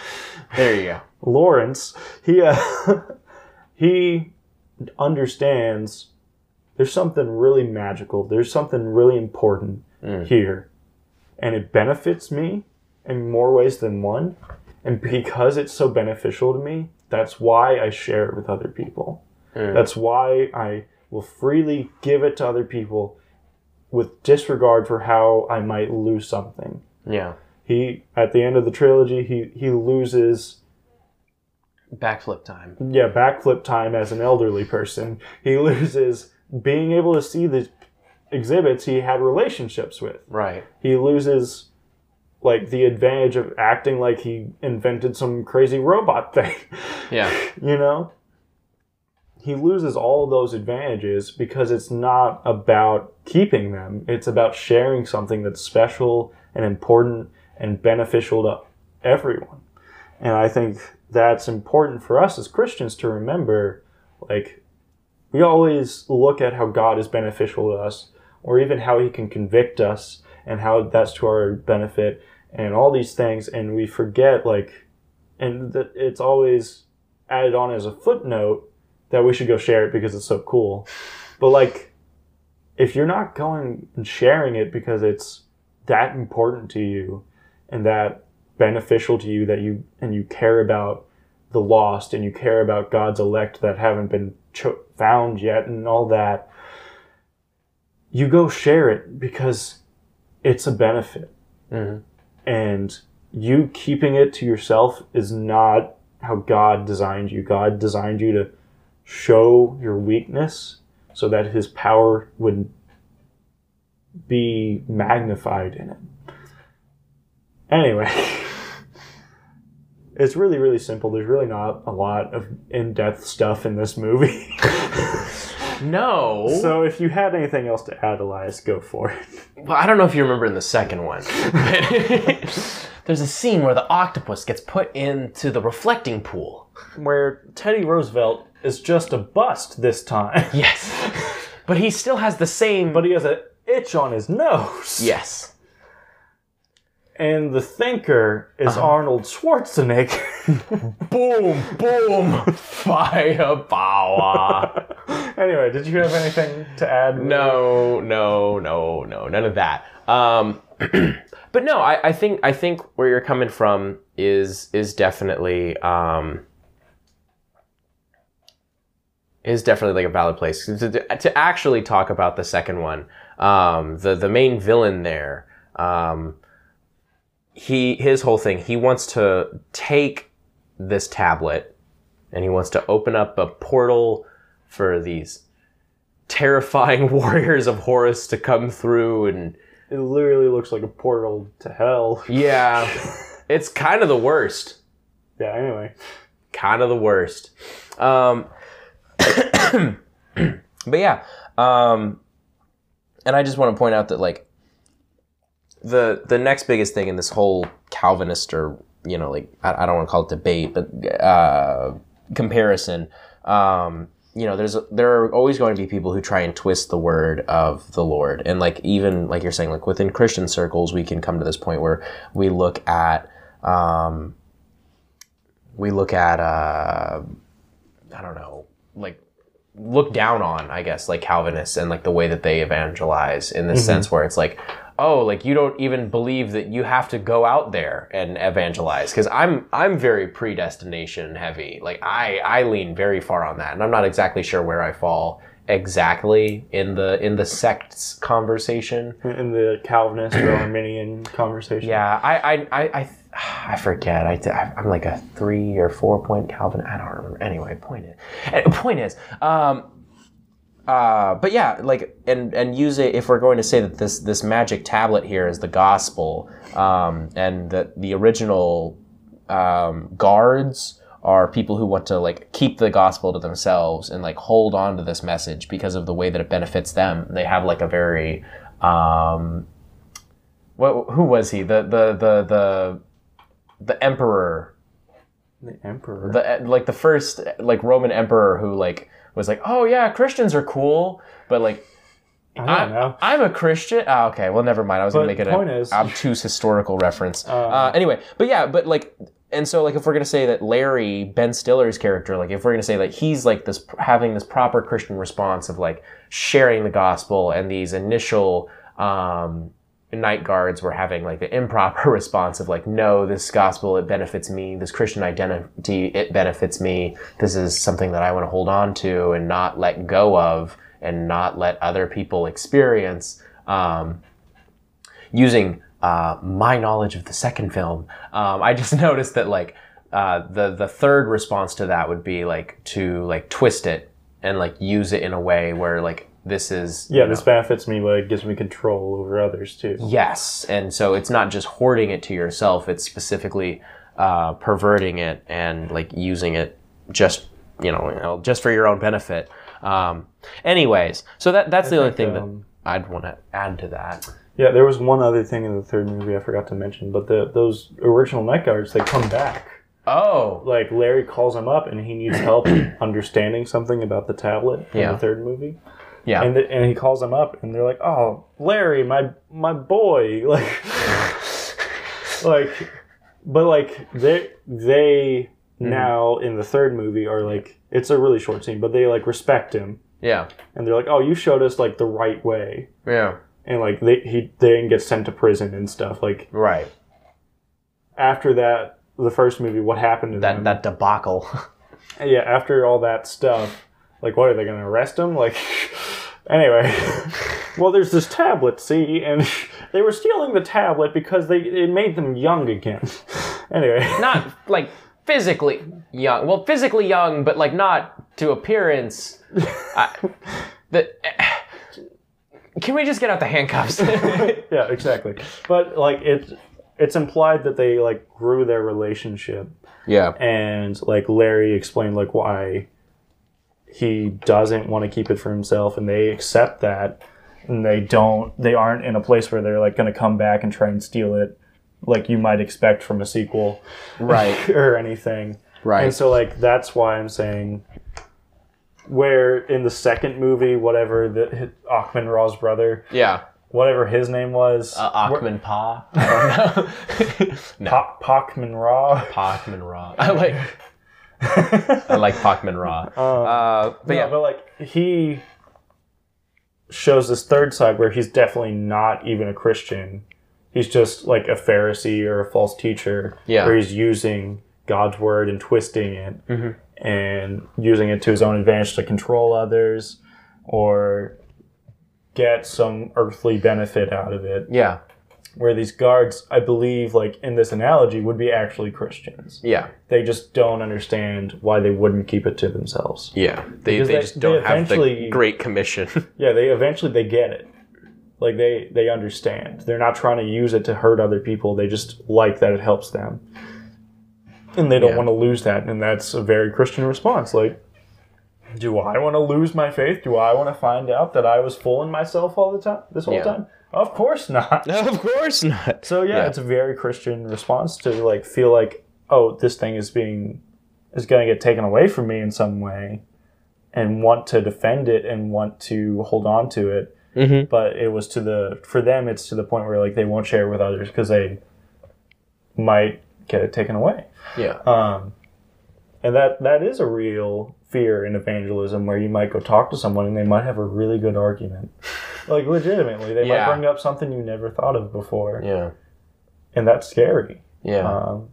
S2: There you go.
S1: Lawrence he uh, he understands there's something really magical there's something really important
S2: Mm.
S1: here and it benefits me in more ways than one and because it's so beneficial to me that's why I share it with other people
S2: Mm.
S1: that's why I will freely give it to other people with disregard for how I might lose something
S2: Yeah.
S1: He at the end of the trilogy, he he loses
S4: Backflip time.
S1: yeah backflip time as an elderly person. He loses being able to see the exhibits he had relationships with.
S4: Right.
S1: He loses like the advantage of acting like he invented some crazy robot thing.
S4: Yeah.
S1: you know he loses all of those advantages because it's not about keeping them it's about sharing something that's special and important and beneficial to everyone and i think that's important for us as christians to remember like we always look at how god is beneficial to us or even how he can convict us and how that's to our benefit and all these things and we forget like and that it's always added on as a footnote that we should go share it because it's so cool. But like, if you're not going and sharing it because it's that important to you and that beneficial to you that you and you care about the lost and you care about God's elect that haven't been cho- found yet and all that, you go share it because it's a benefit.
S4: Mhm.
S2: Mm-hmm.
S1: And you keeping it to yourself is not how God designed you. God designed you to show your weakness so that his power would be magnified in it. Anyway, it's really, really simple. There's really not a lot of in depth stuff in this movie.
S4: No.
S1: so if you had anything else to add, Elias, go for it.
S4: Well, I don't know if you remember in the second one. but There's a scene where the octopus gets put into the reflecting pool.
S1: Where Teddy Roosevelt is just a bust this time,
S4: Yes. But he still has the same.
S1: but he has an itch on his nose.
S4: yes.
S1: and the thinker is Arnold Schwarzenegger.
S4: Boom, boom, firepower.
S1: anyway, did you have anything to add?
S4: No, no, no, no, none of that. Um, but no, I, I think I think where you're coming from is is definitely um, is definitely like a valid place to, to, to actually talk about the second one. Um, the the main villain there, um, he his whole thing. He wants to take this tablet, and he wants to open up a portal for these terrifying warriors of Horus to come through and
S1: It literally looks like a portal to hell.
S4: yeah, it's kind of the worst.
S1: Yeah, anyway.
S4: Kind of the worst. Um, but yeah,
S2: Um,
S4: and I just want to point out that like
S2: the the next biggest thing in this whole Calvinist or you know like I, I don't want to call it debate, but uh, comparison. Um, you know, there's there are always going to be people who try and twist the word of the Lord, and like even like you're saying, like within Christian circles, we can come to this point where we look at um, we look at uh, I don't know like look down on, I guess, like Calvinists and like the way that they evangelize in this sense where it's like, oh, like you don't even believe that you have to go out there and evangelize because I'm I'm very predestination heavy. Like I I lean very far on that, and I'm not exactly sure where I fall exactly in the in the sects conversation.
S1: In the Calvinist or Arminian conversation.
S2: Yeah, I I I. I I forget. I, I'm like a three or four point Calvin. I don't remember. Anyway, point is, eh, point is, um, uh, but yeah, like, and and use it if we're going to say that this this magic tablet here is the gospel, um, and that the original um, guards are people who want to like keep the gospel to themselves and like hold on to this message because of the way that it benefits them. They have like a very um, what who was he the the the the the emperor
S1: The emperor.
S2: the like the first like Roman emperor who like was like, "Oh yeah, Christians are cool," but like
S1: I don't know.
S2: I'm a Christian. Oh, okay, well never mind. I was
S1: But
S2: gonna make it
S1: point
S2: an
S1: is-
S2: obtuse historical reference.
S1: Um,
S2: uh, anyway, but yeah, but like, and so like if we're gonna say that Larry Ben Stiller's character, like if we're gonna say that he's like this having this proper Christian response of like sharing the gospel and these initial um, night guards were having like the improper response of like no this gospel it benefits me this christian identity it benefits me this is something that i want to hold on to and not let go of and not let other people experience um, using uh, my knowledge of the second film, um, I just noticed that like uh, the the third response to that would be like to like twist it and like use it in a way where like this is
S1: Yeah, this benefits me, but it gives me control over others too.
S2: Yes, and so it's not just hoarding it to yourself; it's specifically uh, perverting it and like using it just you know, you know, just for your own benefit. Um, anyways, so that that's the only thing
S1: um,
S2: that I'd want to add to that.
S1: Yeah, there was one other thing in the third movie I forgot to mention, but the, those original night guards they come back.
S2: Oh,
S1: Like Larry calls him up and he needs help understanding something about the tablet in
S2: Yeah.
S1: the third movie.
S2: Yeah.
S1: and the, and he calls him up and they're like, "Oh, Larry, my my boy," like, like, but like they they
S2: Mm-hmm.
S1: now in the third movie are like it's a really short scene, but they like respect him
S2: yeah,
S1: and they're like, "Oh, you showed us like the right way,"
S2: yeah,
S1: and like they he then gets sent to prison and stuff. Like
S2: right.
S1: after that, the first movie, what happened to
S2: That
S1: them?
S2: that debacle.
S1: yeah, after all that stuff, like, what are they going to arrest him? Like, anyway, well, there's this tablet, see, and they were stealing the tablet because they it made them young again. anyway,
S2: not like physically young. Well, physically young, but like not to appearance. I, the, eh, can we just get out the handcuffs?
S1: yeah, exactly. But like, it's it's implied that they like grew their relationship,
S4: Yeah.
S1: and like Larry explained like why he doesn't want to keep it for himself, and they accept that. and they don't they aren't in a place where they're like going to come back and try and steal it like you might expect from a sequel
S4: Right.
S1: or anything
S4: Right.
S1: and so like that's why i'm saying where in the second movie whatever the Achman Raw's brother
S4: yeah.
S1: whatever his name was
S2: Uh, Achman Pa. I don't know.
S1: Pa- Pachman Raw
S2: Pachman Raw. I like. I like Pachman Raw. uh, but
S1: yeah,
S2: yeah,
S1: but like he shows this third side where he's definitely not even a Christian. He's just like a Pharisee or a false teacher.
S2: Yeah.
S1: Where he's using God's word and twisting it
S2: Mm-hmm.
S1: and using it to his own advantage to control others or get some earthly benefit out of it.
S2: yeah,
S1: Where these guards, I believe, like in this analogy, would be actually Christians.
S2: yeah,
S1: They just don't understand why they wouldn't keep it to themselves.
S4: Yeah. They,
S1: Because
S4: they
S1: they-
S4: just don't
S1: they
S4: have the
S1: eventually-
S4: Great Commission.
S1: Yeah, they eventually they get it. Like they they understand. They're not trying to use it to hurt other people. They just like that it helps them. And they don't want to lose that, and that's a very Christian response. Like do I want to lose my faith? Do I want to find out that I was fooling myself all the time this whole
S2: Yeah.
S1: time? Of course not.
S5: of course not.
S1: So yeah, it's a very Christian response to like feel like, oh, this thing is being is going to get taken away from me in some way, and want to defend it and want to hold on to it.
S2: Mm-hmm.
S5: Mhm.
S1: But it was to the for them, it's to the point where like they won't share with others because they might get it taken away.
S2: yeah,
S1: Um, and that that is a real fear in evangelism where you might go talk to someone and they might have a really good argument. Like legitimately, they
S2: Yeah.
S1: might bring up something you never thought of before
S2: yeah, Uh,
S1: and that's scary.
S2: yeah.
S1: Um,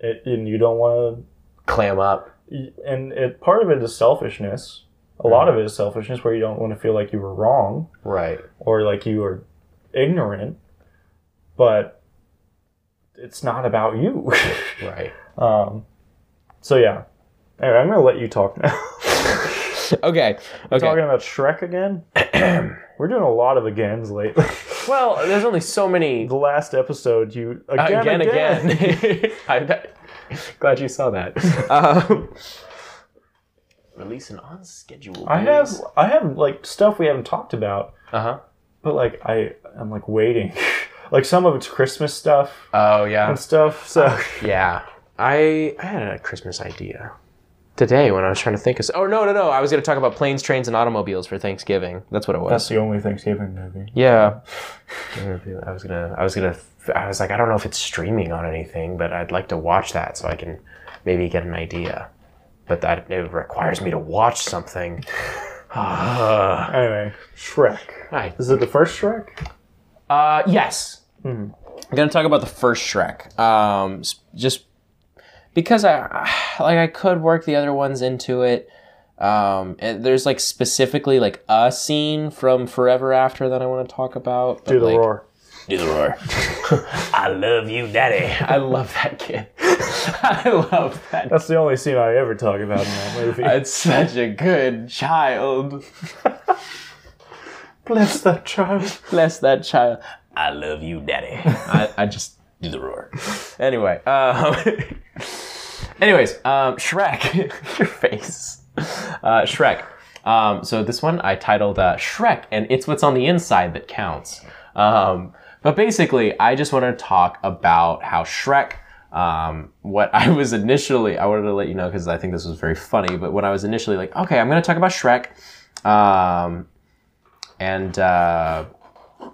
S1: it, and you don't want
S2: Clam up.
S1: to, and it part of it is selfishness. A lot
S2: Mm-hmm.
S1: of it is selfishness, where you don't want to feel like you were wrong
S2: Right.
S1: or like you were ignorant, but it's not about you.
S2: Right.
S1: um, so yeah, anyway, I'm gonna let you talk now.
S5: Okay. Okay.
S1: Talking about Shrek again. we're doing a lot of agains lately.
S2: Well, there's only so many.
S1: the last episode, you again,
S2: Uh, Again,
S1: again.
S2: again. I bet. Glad you saw that.
S5: Um,
S2: Release an on schedule.
S1: I have, I have like stuff we haven't talked about.
S2: Uh huh.
S1: but like I I'm like waiting. like some of it's Christmas stuff
S2: Oh yeah.
S1: and stuff.
S2: uh,
S1: So
S2: Yeah. I I had a Christmas idea today when I was trying to think of. s- Oh no no no! I was going to talk about planes, trains, and automobiles for Thanksgiving. That's what it was.
S1: that's the only Thanksgiving movie.
S2: yeah. I was gonna. I was gonna. I was like, I don't know if it's streaming on anything, but I'd like to watch that so I can maybe get an idea. But that it requires me to watch something. Ah.
S1: Anyway, Shrek.
S2: Hi.
S1: Is it the first Shrek?
S2: Uh, yes.
S5: I'm gonna talk about the first Shrek. Um, s- just because I like I could work the other ones into it. Um, and there's like specifically like a scene from Forever After that I want to talk about. but,
S1: Do the
S5: like,
S1: roar.
S6: Do the roar.
S2: I love you, Daddy. I love that kid. I love that.
S1: That's the only scene I ever talk about in that movie.
S2: It's such a good child.
S1: Bless that child.
S2: Bless that child. I love you, Daddy. I, I just do the roar. Anyway, um, anyways, um, Shrek. Your face. Uh, Shrek. Um, so this one I titled uh, Shrek, and it's what's on the inside that counts. Um, but basically, I just want to talk about how Shrek. Um, what I was initially, I wanted to let you know because I think this was very funny. But when I was initially like, okay, I'm going to talk about Shrek, um, and uh,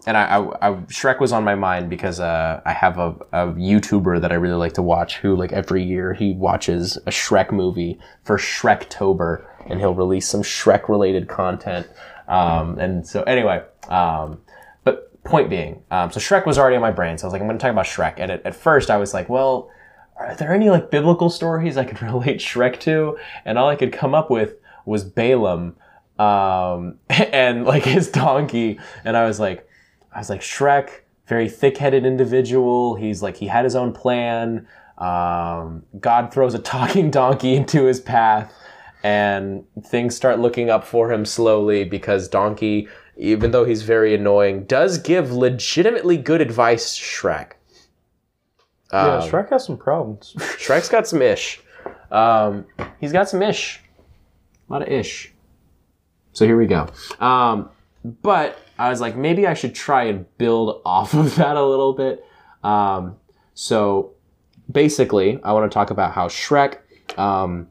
S2: and I, I, I Shrek was on my mind because uh, I have a, a YouTuber that I really like to watch who like every year he watches a Shrek movie for Shrektober and he'll release some Shrek related content. Um, and so anyway, um, but point being, um, so Shrek was already on my brain, so I was like, I'm going to talk about Shrek. And at, at first, I was like, well, are there any like biblical stories I could relate Shrek to? And all I could come up with was Balaam um, and like his donkey. And I was like, I was like, Shrek, very thick headed individual. He's like, he had his own plan. Um, God throws a talking donkey into his path, and things start looking up for him slowly because Donkey, even though he's very annoying, does give legitimately good advice, to Shrek.
S1: Yeah,
S2: Um, uh,
S1: Shrek has some problems.
S2: Shrek's got some ish. Um, he's got some ish. A lot of ish. So here we go. Um, but I was like, maybe I should try and build off of that a little bit. Um, so basically, I want to talk about how Shrek um,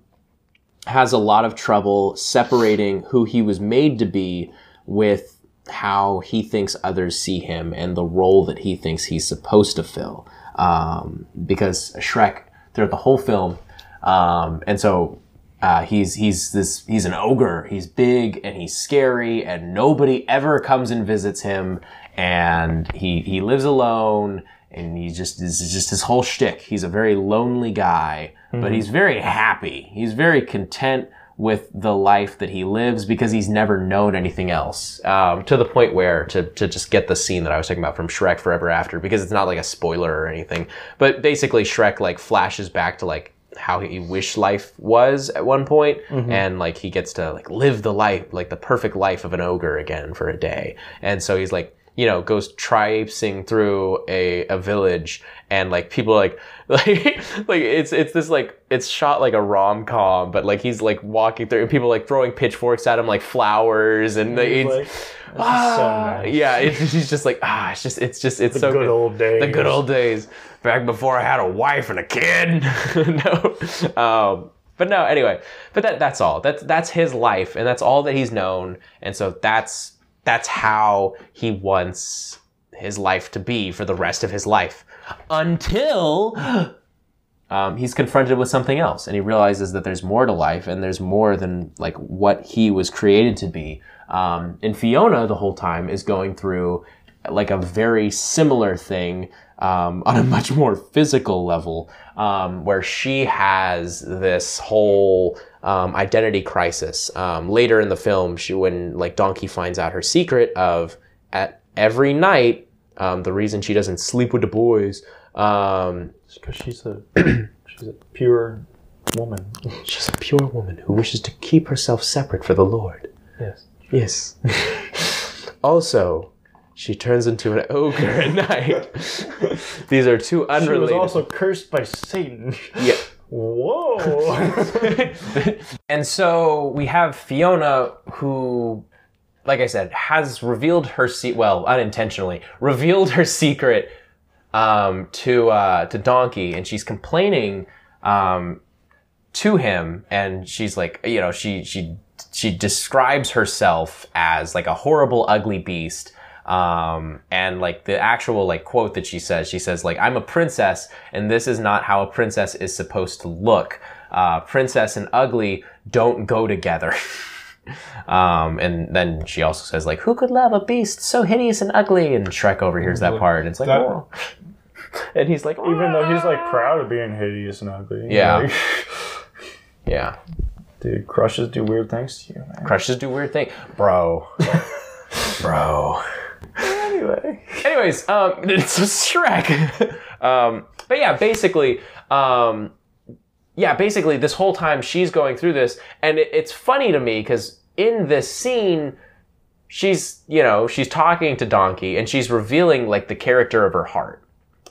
S2: has a lot of trouble separating who he was made to be with how he thinks others see him and the role that he thinks he's supposed to fill. Um, because Shrek, throughout the whole film, um, and so uh, he's he's this he's an ogre. He's big and he's scary, and nobody ever comes and visits him. And he he lives alone, and he just this is just his whole shtick. He's a very lonely guy, but he's very happy. He's very content with the life that he lives because he's never known anything else. Um, to the point where to to just get the scene that I was talking about from Shrek Forever After because it's not like a spoiler or anything, but basically Shrek like flashes back to like how he wished life was at one point, and like he gets to like live the life like the perfect life of an ogre again for a day and so he's like you know goes traipsing through a, a village and like people are like like like it's it's this like it's shot like a rom-com but like he's like walking through and people like throwing pitchforks at him like flowers and like, it's,
S1: Like, this is so
S2: ah,
S1: nice.
S2: yeah it's, he's just like ah it's just it's just it's so
S1: good old days.
S2: the good old days back before I had a wife and a kid. no, um, but no. Anyway, but that that's all. That's that's his life, and that's all that he's known. And so that's that's how he wants his life to be for the rest of his life, until um, he's confronted with something else, and he realizes that there's more to life, and there's more than like what he was created to be. Um, and Fiona, the whole time, is going through like a very similar thing um, on a much more physical level, um, where she has this whole um, identity crisis. Um, later in the film, she when like Donkey finds out her secret of at every night, um, the reason she doesn't sleep with the boys. Um,
S1: Because she's a she's a pure woman.
S2: She's a pure woman who wishes to keep herself separate for the Lord.
S1: Yes.
S2: Yes. also, she turns into an ogre at night. These are two
S1: She was
S2: unrelated.
S1: also cursed by Satan.
S2: Yeah.
S1: Whoa.
S2: and so we have Fiona, who, like I said, has revealed her se- well unintentionally revealed her secret um, to uh, to Donkey, and she's complaining um, to him, and she's like, you know, she she she describes herself as like a horrible, ugly beast. Um, and like the actual like quote that she says, she says like, "I'm a princess, and this is not how a princess is supposed to look. Uh, princess and ugly don't go together." Um, and then she also says like, "Who could love a beast so hideous and ugly?" And Shrek overhears that part, and it's like,
S1: That-
S2: "Oh." and he's like, "Oh,
S1: Even though he's like proud of being hideous and ugly.
S2: Yeah.
S1: Like,
S2: "Yeah,
S1: dude, crushes do weird things to you, man.
S2: crushes do weird things, bro, bro."
S1: anyway.
S2: Anyways, um, it's a Shrek. um, but yeah, basically, um, yeah, basically, this whole time she's going through this, and it, it's funny to me because in this scene, she's you know she's talking to Donkey, and she's revealing like the character of her heart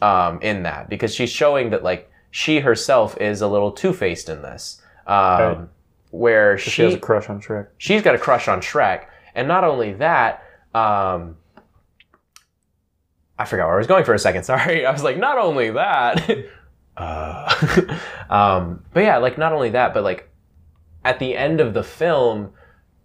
S2: um, in that because she's showing that like she herself is a little two faced in this, um, where she,
S1: She has a crush on Shrek.
S2: she's got a crush on Shrek, and not only that, um, I forgot where I was going for a second. Sorry, I was like, not only that, uh, um, but yeah, like not only that, but like at the end of the film,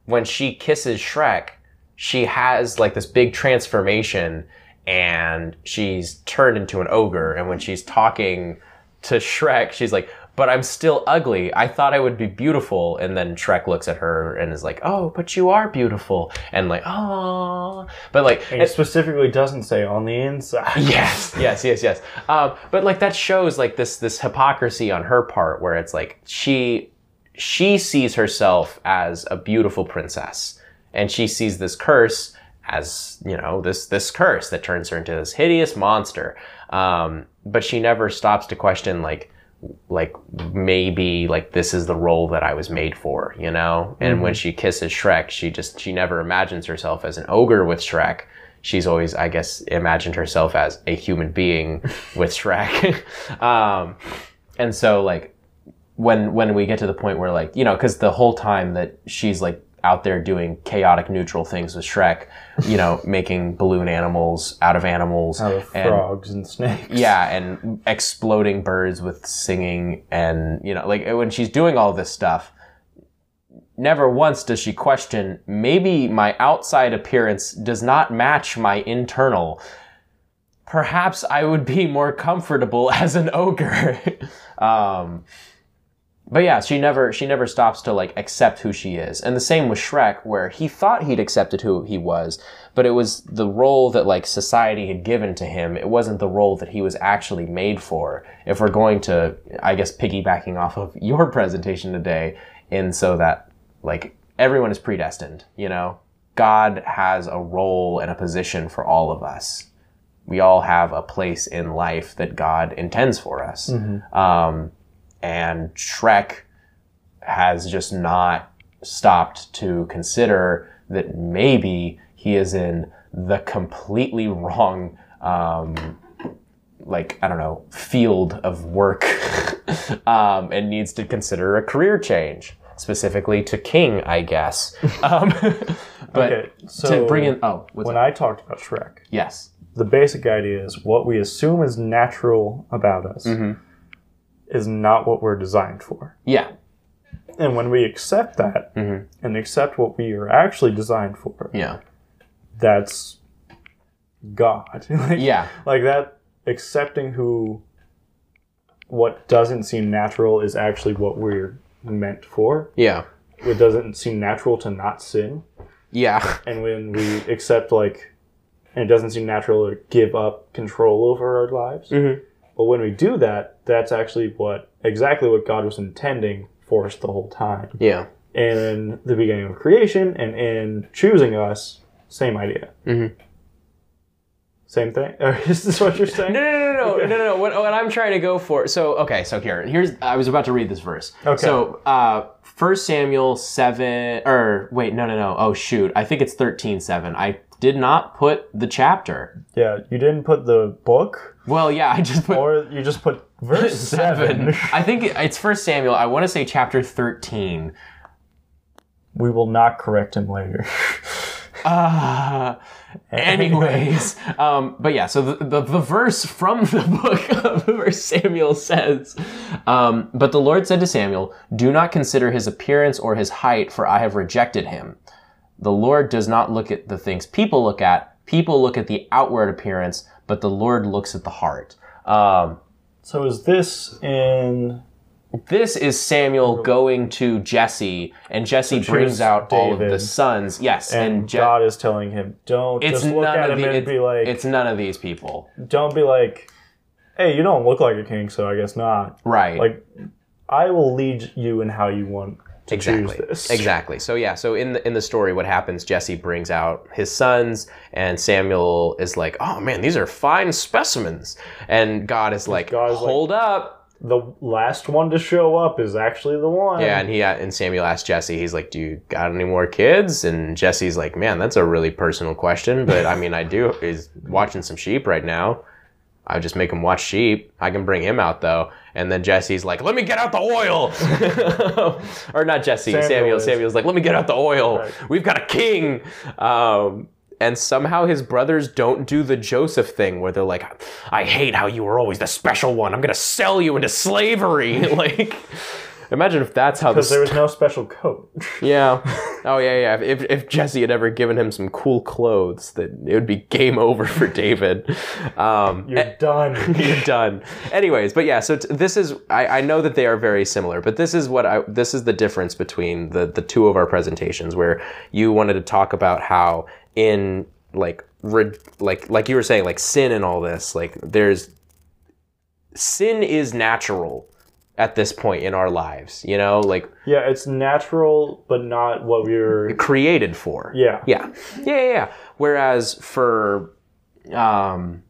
S2: when she kisses Shrek, she has like this big transformation, and she's turned into an ogre. And when she's talking to Shrek, she's like, "But I'm still ugly. I thought I would be beautiful." And then Shrek looks at her and is like, "Oh, but you are beautiful." And like, "Oh," but like,
S1: And it specifically doesn't say on the inside.
S2: yes, yes, yes, yes. Um, but like that shows like this this hypocrisy on her part, where it's like she she sees herself as a beautiful princess, and she sees this curse as you know this this curse that turns her into this hideous monster. Um, but she never stops to question like like maybe like this is the role that I was made for, you know? And when she kisses Shrek, she just she never imagines herself as an ogre with Shrek. She's always, I guess, imagined herself as a human being with Shrek. um, and so like when when we get to the point where like you know because the whole time that she's like out there doing chaotic neutral things with Shrek, you know, making balloon animals out of animals,
S1: Out of
S2: and
S1: frogs and snakes.
S2: yeah, and exploding birds with singing, and you know, like when she's doing all this stuff, never once does she question maybe my outside appearance does not match my internal. Perhaps I would be more comfortable as an ogre. um, but yeah, she never she never stops to like accept who she is. And the same with Shrek, where he thought he'd accepted who he was, but it was the role that like society had given to him. It wasn't the role that he was actually made for. If we're going to, I guess, piggybacking off of your presentation today, in so that like everyone is predestined, you know, God has a role and a position for all of us. We all have a place in life that God intends for us
S1: Mm-hmm.
S2: Um, and Shrek has just not stopped to consider that maybe he is in the completely wrong um, like I don't know field of work um, and needs to consider a career change specifically to King I guess um, but
S1: Okay, so
S2: to bring in oh what's
S1: when
S2: up?
S1: I talked about Shrek,
S2: yes
S1: the basic idea is what we assume is natural about us is not what we're designed for.
S2: Mm-hmm. yeah Mm-hmm.
S1: And when we accept that and accept what we are actually designed for,
S2: yeah
S1: that's God. like,
S2: yeah
S1: like that accepting who what doesn't seem natural is actually what we're meant for.
S2: yeah
S1: It doesn't seem natural to not sin.
S2: yeah
S1: and when we accept like and it doesn't seem natural to give up control over our lives
S2: Mm-hmm.
S1: but when we do that that's actually what exactly what god was intending for us the whole time
S2: yeah
S1: in the beginning of creation and in choosing us same idea
S2: Mhm.
S1: same thing is this what you're saying
S2: No, no, no, no, no, no, no. What, what I'm trying to go for. So, okay, so here, here's. I was about to read this verse.
S1: Okay.
S2: So, uh, 1 Samuel seven, or wait, no, no, no. Oh shoot, I think it's thirteen seven. I did not put the chapter.
S1: yeah you didn't put the book
S2: Well, yeah, I just put
S1: or you just put verse 7
S2: seven. I think it's First Samuel. I want to say chapter thirteen.
S1: we will not correct him later
S2: Uh, anyways, um, but yeah, so the, the, the verse from the book of First Samuel says, um, But the Lord said to Samuel, Do not consider his appearance or his height, for I have rejected him. The Lord does not look at the things people look at, people look at the outward appearance, but the Lord looks at the heart. Um,
S1: so is this in
S2: this is Samuel going to Jesse, and Jesse brings out all of the
S1: David.
S2: sons. Yes,
S1: and,
S2: and, Je-
S1: God is telling him, "Don't
S2: It's
S1: just look
S2: none
S1: at
S2: of
S1: him
S2: the-
S1: and
S2: it's-
S1: be like,
S2: it's none of these people,
S1: don't be like, hey, you don't look like a king, so I guess not."
S2: right?
S1: Like, I will lead you in how you want to
S2: exactly
S1: choose this.
S2: exactly so yeah so in the in the story what happens jesse brings out his sons and samuel is like oh man these are fine specimens and god is like
S1: God is like-
S2: hold up
S1: The last one to show up is actually the one.
S2: yeah and he uh, and samuel asked jesse he's like do you got any more kids and jesse's like man that's a really personal question but i mean i do is watching some sheep right now I just make him watch sheep. I can bring him out though, and then Jesse's like, "Let me get out the oil," or not Jesse.
S1: Samuel
S2: Samuel.
S1: is.
S2: Samuel's like, "Let me get out the oil.
S1: Right.
S2: We've got a king." Um, and somehow his brothers don't do the Joseph thing, where they're like, "I hate how you were always the special one. I'm gonna sell you into slavery." like, imagine if that's how
S1: Because
S2: this.
S1: there was no special coat.
S2: yeah. Oh yeah, yeah. If if Jesse had ever given him some cool clothes, that it would be game over for David. Um,
S1: You're done.
S2: you're done. Anyways, but yeah, so t- this is I, I know that they are very similar, but this is what I this is the difference between the the two of our presentations where you wanted to talk about how in like re- like like you were saying like sin and all this like there's sin is natural at this point in our lives, you know, like
S1: yeah, it's natural, but not what we were.
S2: created for.
S1: Yeah.
S2: Yeah. Yeah, yeah, yeah. Whereas for um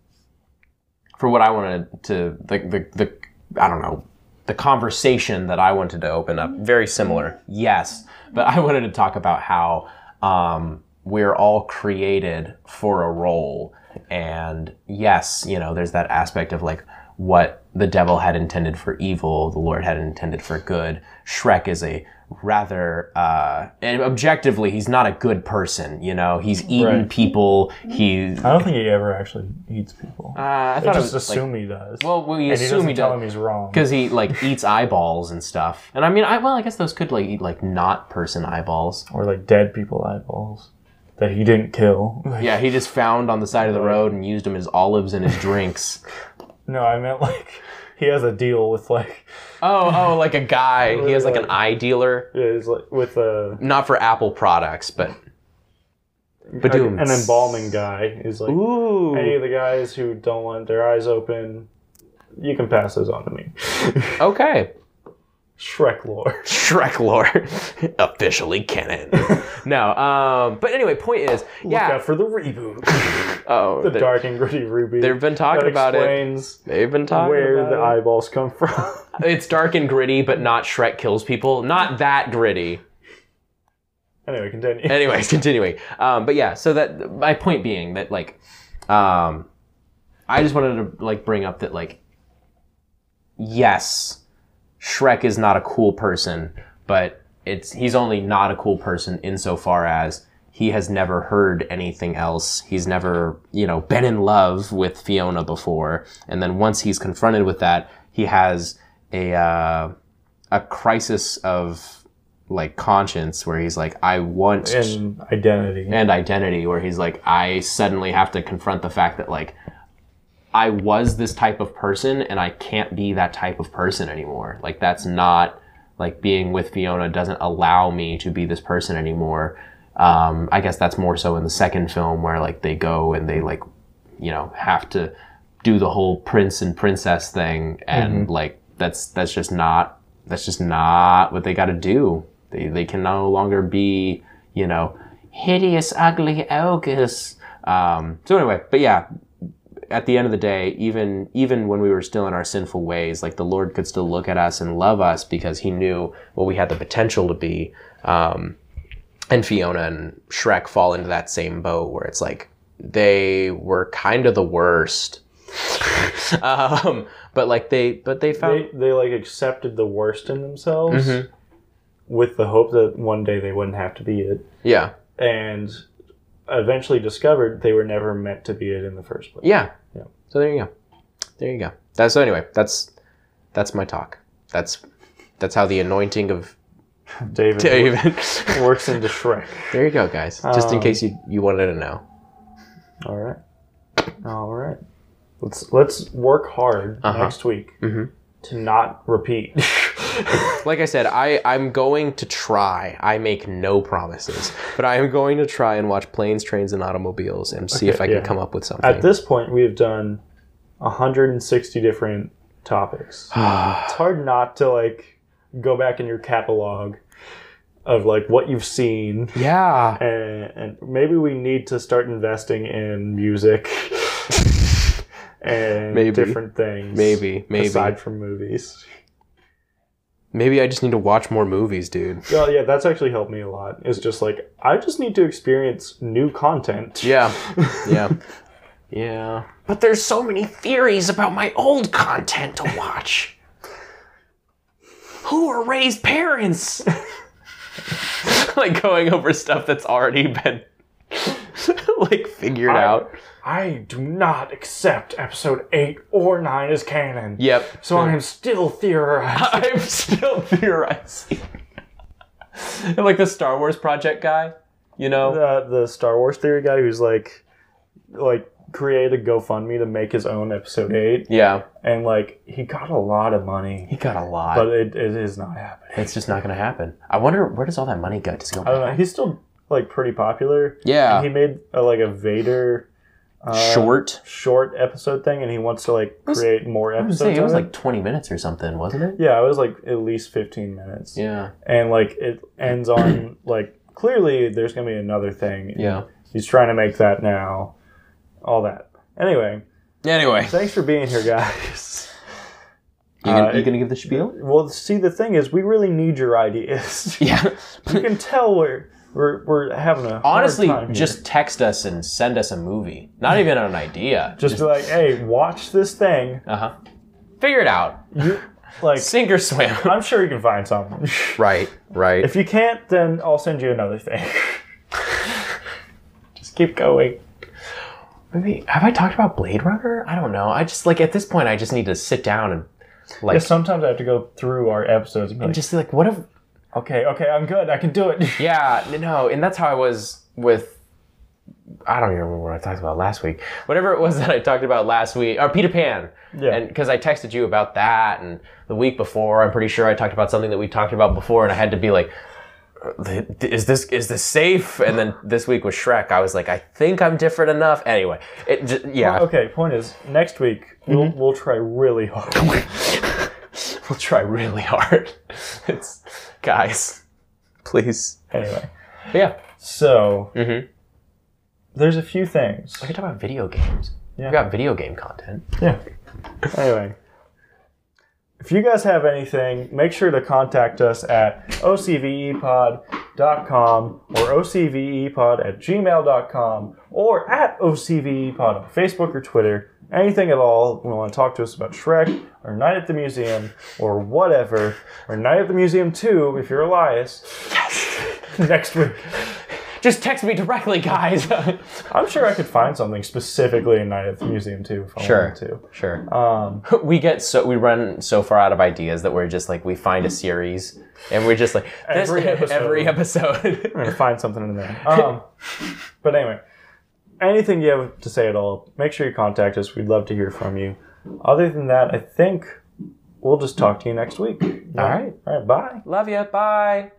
S2: for what I wanted to the the, the I don't know, the conversation that I wanted to open up, very similar. Yes. But I wanted to talk about how um we're all created for a role and yes, you know, there's that aspect of like what the devil had intended for evil, the Lord had intended for good. Shrek is a rather, uh, and objectively, he's not a good person. You know, he's eaten
S1: Right.
S2: people. He,
S1: I don't think he ever actually eats people.
S2: uh, I
S1: I
S2: thought it
S1: just
S2: was like,
S1: assume he does.
S2: well, we
S1: and he
S2: assume
S1: doesn't
S2: he
S1: tell
S2: does
S1: him he's wrong.
S2: because he like eats eyeballs and stuff. And I mean, I well, I guess those could like eat like not person eyeballs.
S1: Or like dead people eyeballs that he didn't kill.
S2: Yeah, he just found on the side of the road and used them as olives in his drinks.
S1: No, I meant like he has a deal with like
S2: Oh, oh, like a guy. He has like an eye dealer.
S1: is like with a
S2: Not for Apple products, but Badoom.
S1: an embalming guy is like
S2: Ooh.
S1: any of the guys who don't want their eyes open. You can pass those on to me.
S2: Okay.
S1: Shrek lore.
S2: Shrek lore. Officially canon. no, um, but anyway, point is,
S1: Look
S2: yeah.
S1: out for the reboot.
S2: Oh,
S1: the
S2: they-
S1: dark and gritty reboot.
S2: they've been talking
S1: that
S2: about it.
S1: explains
S2: They've been talking
S1: where
S2: about
S1: the
S2: it.
S1: eyeballs come from.
S2: It's dark and gritty, but not Shrek kills people. Not that gritty.
S1: anyway, continue.
S2: Anyways, continuing. Um, but yeah, so that my point being that like, um, I just wanted to like bring up that like, yes, Shrek is not a cool person, but it's he's only not a cool person insofar as he has never heard anything else. He's never you know been in love with Fiona before, and then once he's confronted with that, he has a uh, a crisis of like conscience where he's like, I want
S1: and identity.
S2: and identity where he's like i suddenly have to confront the fact that like i was this type of person and i can't be that type of person anymore like that's not like being with fiona doesn't allow me to be this person anymore um, i guess that's more so in the second film where like they go and they like you know have to do the whole prince and princess thing and like that's that's just not that's just not what they got to do they, they can no longer be you know hideous ugly ogres um, so anyway but yeah at the end of the day even even when we were still in our sinful ways like the lord could still look at us and love us because he knew what we had the potential to be um, and fiona and shrek fall into that same boat where it's like they were kind of the worst um, but like they but they found
S1: they, they like accepted the worst in themselves
S2: Mm-hmm.
S1: with the hope that one day they wouldn't have to be it
S2: yeah
S1: and eventually discovered they were never meant to be it in the first place
S2: Yeah.
S1: Yeah.
S2: So there you go. There you go. That's so anyway, that's that's my talk. That's that's how the anointing of
S1: david
S2: David.
S1: works into shrek
S2: there you go, guys. Just in
S1: Um,
S2: case you, you wanted to know.
S1: all right all right let's let's work hard
S2: Uh-huh.
S1: next week
S2: Mm-hmm.
S1: to not repeat
S2: Like I said, I, I'm going to try. I make no promises. But I am going to try and watch planes, trains, and automobiles and see if I can
S1: yeah.
S2: come up with something.
S1: at this point we have done 160 different topics it's hard not to like go back in your catalog of like what you've seen,
S2: Yeah.
S1: and, and maybe we need to start investing in music and
S2: Maybe.
S1: different things.
S2: Maybe, maybe.
S1: aside from movies.
S2: Maybe I just need to watch more movies, dude.
S1: Well, yeah, that's actually helped me a lot. It's just like I just need to experience new content.
S2: Yeah. Yeah. yeah.
S7: But there's so many theories about my old content to watch. Who are raised parents?
S2: like going over stuff that's already been like figured out.
S1: I do not accept episode eight or nine as canon.
S2: Yep.
S1: So I am still theorizing.
S2: I'm still theorizing. like the Star Wars project guy, you know?
S1: the the Star Wars theory guy who's like, like created a GoFundMe to make his own episode eight,
S2: Yeah.
S1: and like he got a lot of money,
S2: He got a lot.
S1: but it, it is not happening.
S2: it's just not gonna happen. I wonder where does all that money go? Does it go
S1: I don't know. He's still like pretty popular.
S2: Ah.
S8: Yeah.
S1: He made a, like a Vader uh,
S8: Short.
S1: short episode thing, and he wants to like create more episodes.
S2: Say, it was
S1: of
S2: like 20 minutes or something, wasn't it?
S1: yeah, it was like at least fifteen minutes,
S2: Yeah.
S1: and like it ends on like clearly there's gonna be another thing.
S2: Yeah.
S1: He's trying to make that now, all that. Anyway,
S8: Anyway,
S1: thanks for being here, guys.
S2: You gonna,
S1: Uh,
S2: you gonna give the spiel?
S1: Well, see, the thing is, we really need your ideas.
S8: yeah.
S1: you can tell we're we're, we're having a hard
S8: Honestly,
S1: time here.
S8: just text us and send us a movie. Not even an idea.
S1: just be like, hey, watch this thing.
S2: Uh-huh.
S8: Figure it out.
S1: Like,
S8: Sink or swim.
S1: I'm sure you can find something.
S2: Right, right.
S1: if you can't, then I'll send you another thing. just keep going.
S2: Maybe have I talked about Blade Runner? I don't know. I just like at this point I just need to sit down and
S1: Yeah, sometimes I have to go through our episodes and be like,
S2: just like what if
S1: okay, okay, I'm good, I can do it.
S2: Yeah, n- no, and that's how I was with. I don't even remember what I talked about last week. Whatever it was that I talked about last week, or Peter Pan,
S1: Yeah.
S2: and because I texted you about that, and the week before, I'm pretty sure I talked about something that we talked about before, and I had to be like, "Uh, "Th- "Is this is this safe?" And then this week was Shrek. I was like, "I think I'm different enough." Anyway, it j- yeah,
S1: okay, point is, next week we'll we'll try really hard.
S2: we'll try really hard. it's guys, please.
S1: anyway,
S2: But yeah,
S1: so there's a few things.
S2: we can talk about video games.
S1: Yeah.
S2: We got video game content.
S1: Yeah. anyway, if you guys have anything, make sure to contact us at ocvepod.com or ocvepod at gmail.com or at ocvepod on Facebook or Twitter. Anything at all, you want to talk to us about Shrek or Night at the Museum or whatever, or Night at the Museum 2 if you're Elias. Yes! Next week.
S2: Just text me directly, guys.
S1: I'm sure I could find something specifically in Night at the Museum 2 if I wanted to.
S2: sure. we get so we run so far out of ideas that we're just like we find a series and we're just like this-
S1: Every episode.
S2: Every episode.
S1: to find something in there. Um, but anyway, anything you have to say at all, make sure you contact us. We'd love to hear from you. Other than that, I think we'll just talk to you next week.
S2: All right.
S1: All right. Bye.
S2: Love you. Bye.